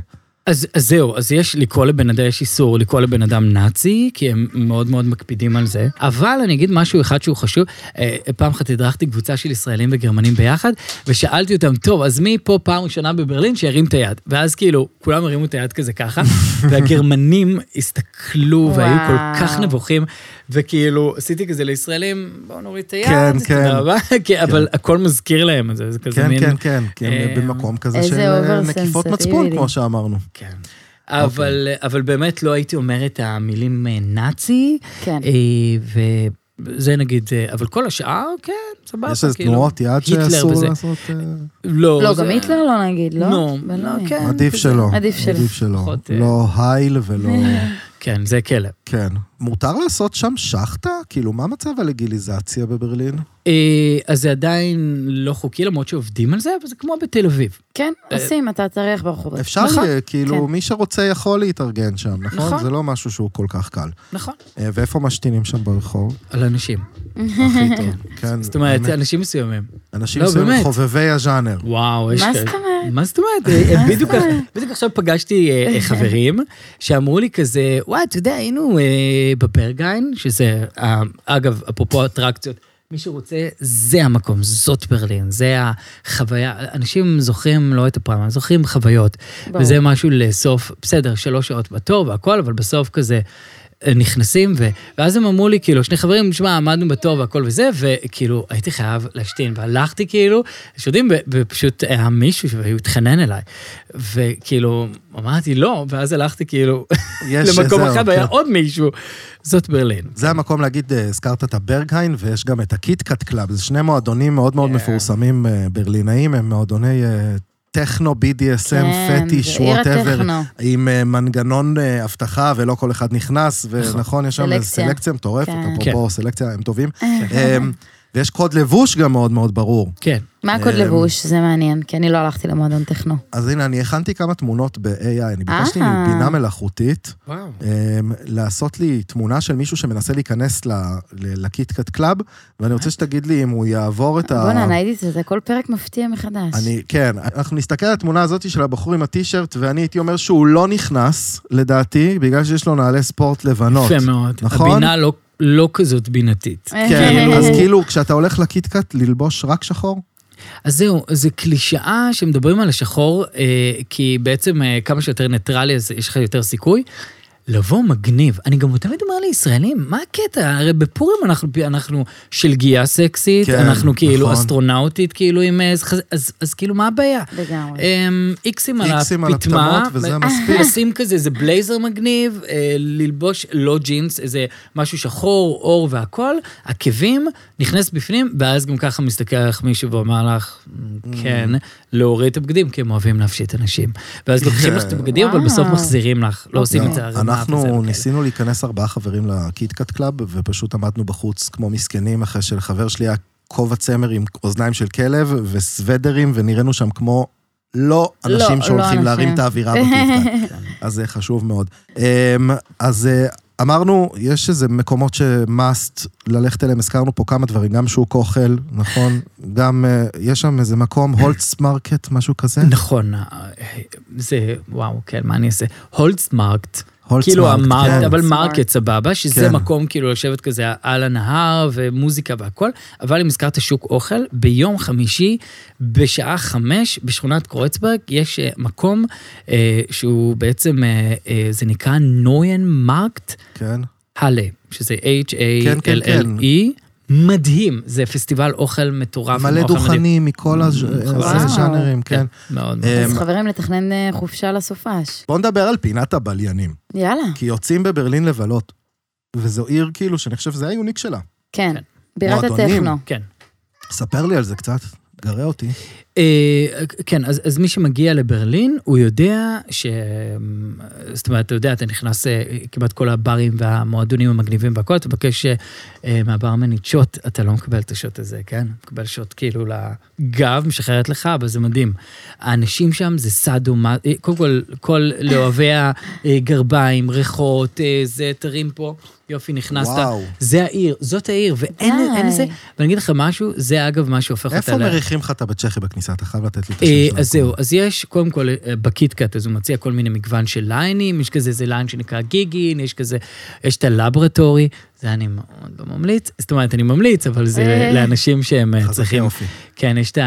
Speaker 2: אז, אז זהו, אז יש לקרוא לבן אדם, יש איסור לקרוא לבן אדם נאצי, כי הם מאוד מאוד מקפידים על זה. אבל אני אגיד משהו אחד שהוא חשוב. אה, פעם אחת הדרכתי קבוצה של ישראלים וגרמנים ביחד, ושאלתי אותם, טוב, אז מי פה פעם ראשונה בברלין שירים את היד? ואז כאילו, כולם הרימו את היד כזה ככה, והגרמנים הסתכלו והיו כל כך
Speaker 4: וואו.
Speaker 2: נבוכים, וכאילו, עשיתי כזה לישראלים, בואו נוריד את היד,
Speaker 1: כן,
Speaker 2: תודה
Speaker 1: כן.
Speaker 2: רבה, כן, אבל הכל מזכיר להם את זה, זה כזה
Speaker 1: כן,
Speaker 2: מין...
Speaker 1: כן, כן, כי הם
Speaker 2: אה,
Speaker 1: במקום כזה
Speaker 4: איזה
Speaker 1: של אה,
Speaker 4: oversensitivity.
Speaker 1: נקיפות מצפון, כמו שאמרנו.
Speaker 2: כן. אבל,
Speaker 1: אוקיי.
Speaker 2: אבל באמת לא הייתי אומר את המילים אה, נאצי,
Speaker 4: כן.
Speaker 2: אה, וזה נגיד, אה, אבל כל השאר, כן, סבבה.
Speaker 1: יש איזה
Speaker 2: כאילו,
Speaker 1: תנועות יד
Speaker 2: היטלר
Speaker 1: שאסור
Speaker 2: וזה.
Speaker 1: לעשות... אה,
Speaker 2: לא,
Speaker 4: לא,
Speaker 2: זה-
Speaker 4: גם היטלר לא נגיד, לא?
Speaker 2: לא,
Speaker 4: בלא.
Speaker 2: לא, כן.
Speaker 1: עדיף
Speaker 2: כזה.
Speaker 1: שלא.
Speaker 4: עדיף שלא.
Speaker 1: עדיף שלא.
Speaker 2: פחות, אה.
Speaker 1: לא הייל ולא...
Speaker 2: כן, זה כלא.
Speaker 1: כן. מותר לעשות שם שחטה? כאילו, מה מצב הלגיליזציה בברלין?
Speaker 2: אה, אז זה עדיין לא חוקי, למרות שעובדים על זה, אבל זה כמו בתל אביב.
Speaker 4: כן,
Speaker 2: אה,
Speaker 4: עושים, אתה צריך ברחובות.
Speaker 1: אפשר,
Speaker 2: נכון,
Speaker 1: אה, כאילו,
Speaker 4: כן.
Speaker 1: מי שרוצה יכול להתארגן שם, נכון?
Speaker 2: נכון.
Speaker 1: זה לא משהו שהוא כל כך קל.
Speaker 2: נכון.
Speaker 1: אה, ואיפה משתינים שם ברחוב?
Speaker 2: על אנשים.
Speaker 1: הכי טוב. כן.
Speaker 2: זאת אומרת,
Speaker 1: באמת.
Speaker 2: אנשים מסוימים.
Speaker 1: אנשים
Speaker 2: לא,
Speaker 1: מסוימים
Speaker 2: באמת.
Speaker 1: חובבי הז'אנר.
Speaker 2: וואו, יש...
Speaker 4: מה
Speaker 2: כאלה.
Speaker 4: זאת אומרת?
Speaker 2: מה זאת אומרת? אה, בדיוק בדיוק עכשיו פגשתי אה, אה, חברים שאמרו לי כזה, וואי, אתה יודע, היינו אה, בברגיין, שזה, אה, אגב, אפרופו אטרקציות. מי שרוצה, זה המקום, זאת ברלין, זה החוויה. אנשים זוכרים לא את הפרמה, זוכרים חוויות.
Speaker 4: ברור.
Speaker 2: וזה משהו לאסוף, בסדר, שלוש שעות בתור והכל, אבל בסוף כזה אה, נכנסים, ו... ואז הם אמרו לי, כאילו, שני חברים, שמע, עמדנו בתור והכל וזה, וכאילו, הייתי חייב להשתין, והלכתי כאילו, שותים, ו- ופשוט היה מישהו שהוא התחנן אליי, וכאילו, אמרתי לא, ואז הלכתי כאילו
Speaker 1: יש,
Speaker 2: למקום
Speaker 1: זהו,
Speaker 2: אחר, והיה
Speaker 1: כן.
Speaker 2: עוד מישהו. זאת ברלין.
Speaker 1: זה המקום להגיד, אה, הזכרת את הברגהיין, ויש גם את הקיטקאט קלאב, זה שני מועדונים מאוד
Speaker 4: כן.
Speaker 1: מאוד מפורסמים אה, ברלינאים, הם מועדוני אה, טכנו, BDSM,
Speaker 4: כן,
Speaker 1: פטיש,
Speaker 4: זה עיר
Speaker 1: וואטאבר,
Speaker 4: הטכנו.
Speaker 1: עם אה, מנגנון אה, אבטחה, ולא כל אחד נכנס, ונכון, יש שם איזו
Speaker 4: נכון. סלקציה.
Speaker 1: סלקציה מטורפת,
Speaker 4: כן.
Speaker 1: אפרופו סלקציה, הם טובים. אה, ויש קוד לבוש גם מאוד מאוד ברור.
Speaker 2: כן.
Speaker 4: מה הקוד
Speaker 1: אמ,
Speaker 4: לבוש? זה מעניין, כי אני לא הלכתי למועדון טכנו.
Speaker 1: אז הנה, אני הכנתי כמה תמונות ב-AI, אני ביקשתי
Speaker 4: אה.
Speaker 1: מבינה מלאכותית.
Speaker 2: וואו.
Speaker 1: אמ, לעשות לי תמונה של מישהו שמנסה להיכנס ל- ל- לקיטקאט קלאב, ואני רוצה שתגיד לי אם הוא יעבור את ה...
Speaker 4: בואנה, ראיתי את זה, זה כל פרק מפתיע מחדש.
Speaker 1: אני, כן, אנחנו נסתכל על התמונה הזאת של הבחור עם הטישרט, ואני הייתי אומר שהוא לא נכנס, לדעתי, בגלל שיש לו נעלי ספורט לבנות.
Speaker 2: יפה מאוד.
Speaker 1: נכון?
Speaker 2: הבינה לא- לא כזאת בינתית.
Speaker 1: כן,
Speaker 2: לא-
Speaker 1: אז כאילו, כשאתה הולך לקיטקאט ללבוש רק שחור,
Speaker 2: אז זהו, זו קלישאה שמדברים על השחור, אה, כי בעצם אה, כמה שיותר ניטרלי, אז יש לך יותר סיכוי. לבוא מגניב. אני גם תמיד אומר לישראלים, מה הקטע? הרי בפורים אנחנו, אנחנו שלגיה סקסית,
Speaker 1: כן,
Speaker 2: כן, אנחנו כאילו
Speaker 1: נכון.
Speaker 2: נכון. אסטרונאוטית, כאילו עם... אה, אז, אז, אז כאילו, מה הבעיה?
Speaker 4: לגמרי.
Speaker 2: אמ, איקסים על
Speaker 1: איקסים על
Speaker 2: הפטמה,
Speaker 1: הפטמות, וזה
Speaker 2: ו-
Speaker 1: מספיק.
Speaker 2: לשים כזה איזה בלייזר מגניב, אה, ללבוש לא ג'ינס, איזה משהו שחור, עור והכל, עקבים, נכנס בפנים, ואז גם ככה מסתכל עליך מישהו ואומר לך,
Speaker 1: Mm.
Speaker 2: כן, להוריד את הבגדים, כי הם אוהבים להפשיט אנשים. ואז לוקחים לך את הבגדים, אבל בסוף
Speaker 4: וואו.
Speaker 2: מחזירים לך, לא עושים את זה. הרי מה וזה
Speaker 1: אנחנו
Speaker 2: וכאלה.
Speaker 1: ניסינו להיכנס ארבעה חברים לקיטקאט קלאב, ופשוט עמדנו בחוץ כמו מסכנים, אחרי שלחבר שלי היה כובע צמר עם אוזניים של כלב וסוודרים, ונראינו שם כמו לא
Speaker 4: לא,
Speaker 1: אנשים
Speaker 4: לא
Speaker 1: שהולכים
Speaker 4: אנשים.
Speaker 1: להרים את האווירה בקיטקאט. אז זה חשוב מאוד. אמ, אז אה, אמרנו, יש איזה מקומות ש-must ללכת אליהם, הזכרנו פה כמה דברים, גם שוק אוכל, נכון? גם, אה, יש שם איזה מקום, הולץ מרקט, משהו כזה?
Speaker 2: נכון, אה, זה, וואו, כן, מה אני אעשה? הולדסמרקט.
Speaker 1: הולצמרקט,
Speaker 2: כאילו
Speaker 1: כן.
Speaker 2: המרקט, אבל מרקט
Speaker 4: הולצמרקט.
Speaker 2: סבבה, שזה
Speaker 1: כן.
Speaker 2: מקום כאילו לשבת כזה על הנהר ומוזיקה והכל, אבל אם הזכרת שוק אוכל, ביום חמישי בשעה חמש בשכונת קרויצברג יש אה, מקום אה, שהוא בעצם, אה, אה, זה נקרא נויין מרקט
Speaker 1: כן.
Speaker 2: הלה, שזה
Speaker 1: כן, כן, כן.
Speaker 2: H-A-L-L-E, E. מדהים, זה פסטיבל אוכל מטורף. עם
Speaker 1: מלא
Speaker 2: אוכל מדהים.
Speaker 1: דוכנים מכל הז-
Speaker 4: וואו.
Speaker 1: הז'אנרים, כן.
Speaker 2: מאוד. מאוד.
Speaker 1: אה,
Speaker 4: אז חברים, לתכנן אה, חופשה לסופש.
Speaker 1: בואו נדבר על פינת הבליינים,
Speaker 4: יאללה.
Speaker 1: כי יוצאים בברלין לבלות, וזו עיר כאילו שאני חושב שזה היוניק שלה.
Speaker 4: כן.
Speaker 2: כן.
Speaker 4: בירת
Speaker 1: מועדונים.
Speaker 4: הטכנו.
Speaker 2: כן.
Speaker 1: ספר לי על זה קצת, גרה אותי.
Speaker 2: אה, כן, אז, אז מי שמגיע לברלין, הוא יודע ש... זאת אומרת, אתה יודע, אתה נכנס אה, כמעט כל הברים והמועדונים המגניבים והכל, אתה מבקש אה, מהברמנית שוט, אתה לא מקבל את השוט הזה, כן? מקבל שוט כאילו לגב, משחררת לך, אבל זה מדהים. האנשים שם זה סאדו, מה- אה, קודם כל, כל לאוהבי הגרביים, ריחות, אה, זה, תרים פה, יופי, נכנסת.
Speaker 1: וואו.
Speaker 2: זה העיר, זאת העיר, ואין אין
Speaker 4: די.
Speaker 2: זה. ואני אגיד לך משהו, זה אגב מה שהופך אותה
Speaker 1: איפה
Speaker 2: ל...
Speaker 1: מריחים לך את הבצ'כי בכניסה? אתה חייב לתת לי את השם
Speaker 2: אה,
Speaker 1: של
Speaker 2: אז
Speaker 1: המקום.
Speaker 2: זהו, אז יש, קודם כל, אה, בקיטקאט, אז הוא מציע כל מיני מגוון של ליינים, יש כזה איזה ליין שנקרא גיגין, יש כזה, יש את הלברטורי, זה אני מאוד לא ממליץ, זאת אומרת, אני ממליץ, אבל זה
Speaker 4: אה.
Speaker 2: לאנשים שהם אה,
Speaker 1: חזקי
Speaker 2: צריכים...
Speaker 1: אופי.
Speaker 2: כן, יש את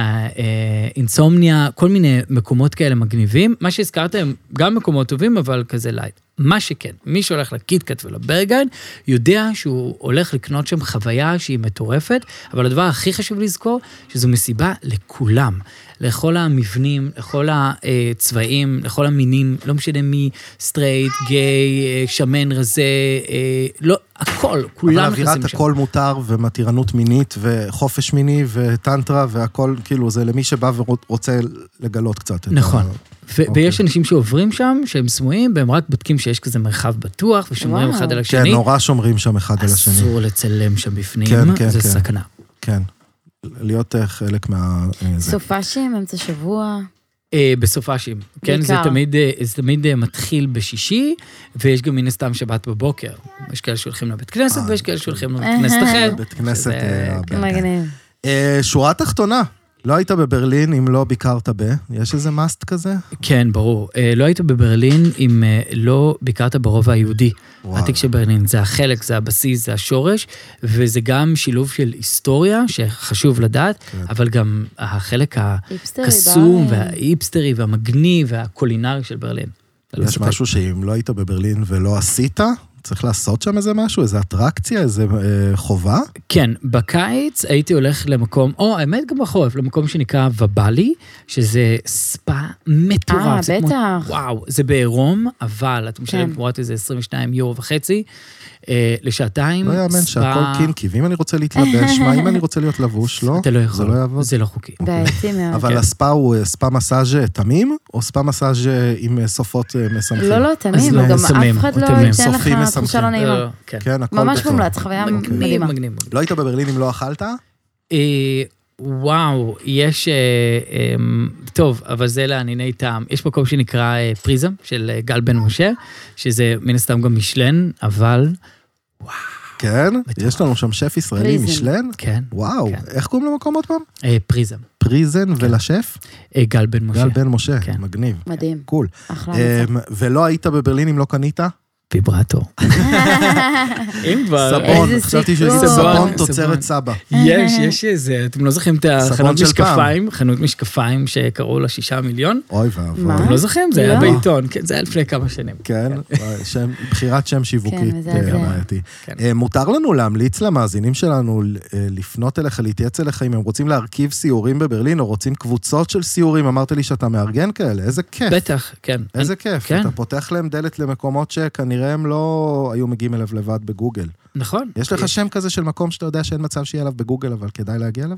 Speaker 2: האינסומניה, כל מיני מקומות כאלה מגניבים. מה שהזכרת הם גם מקומות טובים, אבל כזה לייט. מה שכן, מי שהולך לקיטקאט ולברגן, יודע שהוא הולך לקנות שם חוויה שהיא מטורפת, אבל הדבר הכי חשוב לזכור, שזו מסיבה לכולם. לכל המבנים, לכל הצבעים, לכל המינים, לא משנה מי, סטרייט, גיי, אה, שמן, רזה, אה, לא, הכל,
Speaker 1: אבל
Speaker 2: כולם נכנסים שם.
Speaker 1: אווירת הכל מותר, ומתירנות מינית, וחופש מיני, וטנטרה, והכל, כאילו, זה למי שבא ורוצה לגלות קצת. את
Speaker 2: נכון.
Speaker 1: ה-
Speaker 2: ו-
Speaker 1: אוקיי.
Speaker 2: ויש אנשים שעוברים שם, שהם סמויים, והם רק בודקים שיש כזה מרחב בטוח, ושומרים
Speaker 4: וואו.
Speaker 2: אחד על
Speaker 1: כן,
Speaker 2: השני.
Speaker 1: נורא שומרים שם אחד על השני.
Speaker 2: אסור לצלם שם בפנים,
Speaker 1: כן, כן,
Speaker 2: זה
Speaker 1: כן.
Speaker 2: סכנה.
Speaker 1: כן. להיות אה, חלק מה... אה, זה.
Speaker 4: סופשים, אמצע שבוע.
Speaker 2: אה, בסופאשים, כן? זה
Speaker 4: בעיקר.
Speaker 2: תמיד, אה, זה תמיד אה, מתחיל בשישי, ויש גם מן הסתם שבת בבוקר. יש כאלה שהולכים לבית כנסת, ויש כאלה שהולכים לבית כנסת אחר.
Speaker 1: אה, בית כנסת...
Speaker 2: שזה-
Speaker 1: אה, הבן.
Speaker 4: כן, מגניב.
Speaker 1: אה, שורה תחתונה, לא היית בברלין אם לא ביקרת ב... יש איזה מאסט כזה?
Speaker 2: כן, ברור. אה, לא היית בברלין אם אה, לא ביקרת ברובע היהודי.
Speaker 1: וואלה.
Speaker 2: העתיק של ברלין, זה החלק, זה הבסיס, זה השורש, וזה גם שילוב של היסטוריה, שחשוב לדעת,
Speaker 1: כן.
Speaker 2: אבל גם החלק
Speaker 4: היפסטרי
Speaker 2: הקסום
Speaker 4: ברלין.
Speaker 2: וההיפסטרי והמגניב והקולינרי של ברלין. ללא
Speaker 1: יש
Speaker 2: ספק.
Speaker 1: משהו שאם לא היית בברלין ולא עשית, צריך לעשות שם איזה משהו, איזה אטרקציה, איזה אה, חובה?
Speaker 2: כן, בקיץ הייתי הולך למקום, או האמת גם בחורף, למקום שנקרא ובלי, שזה ספא מטורף.
Speaker 4: אה,
Speaker 2: זה כמו-
Speaker 4: בטח.
Speaker 2: וואו, זה בעירום, אבל את משלמת
Speaker 4: כן.
Speaker 2: תמורת איזה 22 יורו וחצי אה, לשעתיים.
Speaker 1: לא יאמן
Speaker 2: ספא-
Speaker 1: שהכל קינקי, ואם אני רוצה להתלבש, מה אם אני רוצה להיות לבוש, לא?
Speaker 2: אתה לא יכול.
Speaker 1: זה לא יעבוד.
Speaker 2: זה לא חוקי.
Speaker 4: בעייתי מאוד.
Speaker 1: אבל
Speaker 2: כן.
Speaker 1: הספא הוא אה, ספא מסאז' תמים, או ספא מסאז' אה, עם אה, סופות אה, משמחים?
Speaker 4: לא, לא, תמים,
Speaker 2: לא,
Speaker 4: גם
Speaker 2: מסמים,
Speaker 4: אף אחד לא
Speaker 2: תמים.
Speaker 4: ייתן
Speaker 1: סופים
Speaker 4: לך
Speaker 1: מסמכים.
Speaker 4: תחושה לא נעימה.
Speaker 2: לא, כן.
Speaker 1: כן, אוקיי. הכל
Speaker 4: ממש
Speaker 1: בטוב.
Speaker 4: מומלץ, חוויה
Speaker 2: מגניב,
Speaker 4: מדהימה.
Speaker 2: מגניב.
Speaker 1: לא היית בברלין אם לא אכלת?
Speaker 2: אה, וואו, יש, אה, אה, טוב, אבל זה לענייני טעם. יש מקום שנקרא אה, פריזם של אה, גל בן משה, שזה מן הסתם גם משלן, אבל
Speaker 1: כן? יש לנו שם שף ישראלי
Speaker 4: פריזן.
Speaker 1: משלן?
Speaker 2: כן,
Speaker 1: וואו,
Speaker 2: כן.
Speaker 1: איך קוראים למקום עוד פעם?
Speaker 2: אה, פריזם,
Speaker 1: פריזן ולשף?
Speaker 2: אה, גל בן משה.
Speaker 1: גל בן משה,
Speaker 2: כן.
Speaker 1: מגניב,
Speaker 4: מדהים.
Speaker 1: קול.
Speaker 4: אחלה.
Speaker 1: אמ, ולא היית בברלין אם לא קנית?
Speaker 2: ויברטור. אם כבר...
Speaker 1: סבון,
Speaker 4: איזה
Speaker 1: חשבתי שהוא יגיד
Speaker 4: סיפור.
Speaker 1: סבון
Speaker 2: סבון.
Speaker 1: תוצרת סבא.
Speaker 2: יש, יש איזה, אתם לא זוכרים את החנות
Speaker 1: של פעם.
Speaker 2: משקפיים, חנות משקפיים שקראו לה שישה מיליון?
Speaker 1: אוי ואבוי.
Speaker 4: מה?
Speaker 2: אתם לא זוכרים? זה היה
Speaker 4: לא.
Speaker 2: בעיתון, כן, זה היה לפני כמה שנים.
Speaker 1: כן, וואי, שם, בחירת שם שיווקית
Speaker 4: כן, מזעזע.
Speaker 1: אה, בעייתי.
Speaker 2: כן.
Speaker 1: אה, מותר לנו להמליץ למאזינים שלנו ל- אה, לפנות אליך, להתייעץ אליך, אם הם רוצים להרכיב סיורים בברלין, או רוצים קבוצות של סיורים, אמרת לי שאתה מארגן כאלה, איזה כיף.
Speaker 2: בטח, כן.
Speaker 1: איזה
Speaker 2: אני-
Speaker 1: כיף,
Speaker 2: כן.
Speaker 1: אתה פותח להם דלת למקומות שכנראה הם לא היו מגיעים אליו לבד בגוגל.
Speaker 2: נכון.
Speaker 1: יש לך שם כזה של מקום שאתה יודע שאין מצב שיהיה עליו בגוגל, אבל כדאי להגיע אליו?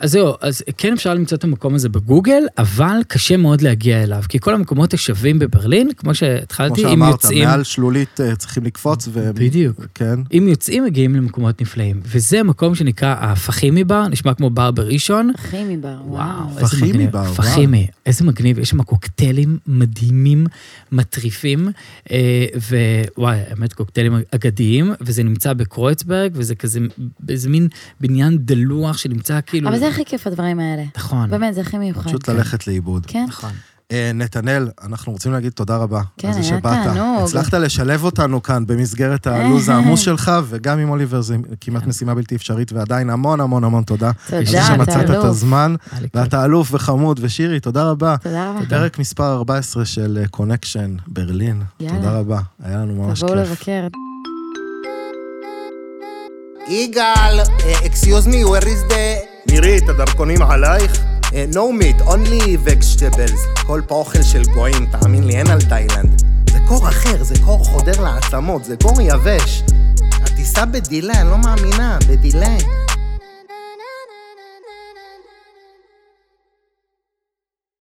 Speaker 2: אז זהו, אז כן אפשר למצוא את המקום הזה בגוגל, אבל קשה מאוד להגיע אליו, כי כל המקומות השווים בברלין, כמו
Speaker 1: כמו
Speaker 2: שהתחלתי, אם
Speaker 1: שאמרת,
Speaker 2: יוצאים...
Speaker 1: מעל שלולית אה, צריכים לקפוץ, ו...
Speaker 2: בדיוק. אוקיי.
Speaker 1: כן.
Speaker 2: אם יוצאים, מגיעים למקומות נפלאים. וזה מקום שנקרא הפחימי בר, נשמע כמו בר בראשון.
Speaker 4: אחי מבר, וואו.
Speaker 2: וואו, איזה
Speaker 1: פחימי
Speaker 2: מגניב.
Speaker 1: בר, וואו.
Speaker 2: פחימי, איזה מגניב, יש שם קוקטיילים מדהימים, מטריפים, אה, ווואי, האמת, קוקטיילים אגדיים, וזה נמצא בקרויצברג, וזה כזה, איזה מין בניין דלוח שנמצא כאילו...
Speaker 4: אבל זה הכי כיף הדברים האלה.
Speaker 2: נכון,
Speaker 4: באמת, זה הכי מיוחד.
Speaker 1: אה. פשוט ללכת לאיבוד.
Speaker 4: כן.
Speaker 2: נכון.
Speaker 1: אה, נתנאל, אנחנו רוצים להגיד תודה רבה.
Speaker 4: כן,
Speaker 1: על זה
Speaker 4: היה
Speaker 1: שבאת.
Speaker 4: תענוג. אה.
Speaker 1: הצלחת לשלב אותנו כאן במסגרת הלו"ז העמוס שלך, וגם עם אוליבר זה כמעט
Speaker 2: כן.
Speaker 1: משימה בלתי אפשרית, ועדיין המון המון המון תודה.
Speaker 4: תודה,
Speaker 1: על זה שמצאת את
Speaker 4: תעלו.
Speaker 1: הזמן,
Speaker 2: היה לי כיף.
Speaker 1: ואתה אלוף וחמוד, ושירי, תודה רבה.
Speaker 4: תודה רבה.
Speaker 1: פרק מספר 14 של קונקשן ברלין.
Speaker 4: יאללה.
Speaker 1: תודה רבה, היה לנו ממש
Speaker 4: תבואו
Speaker 1: כיף.
Speaker 4: לבקר.
Speaker 3: יגאל, אקסיוז מי, where is the... מירי, את הדרכונים עלייך? אה, No meat, only vegetables. כל פה אוכל של גויים, תאמין לי, אין על תאילנד. זה קור אחר, זה קור חודר לעצמות, זה קור יבש. הטיסה בדילה, אני לא מאמינה, בדילה.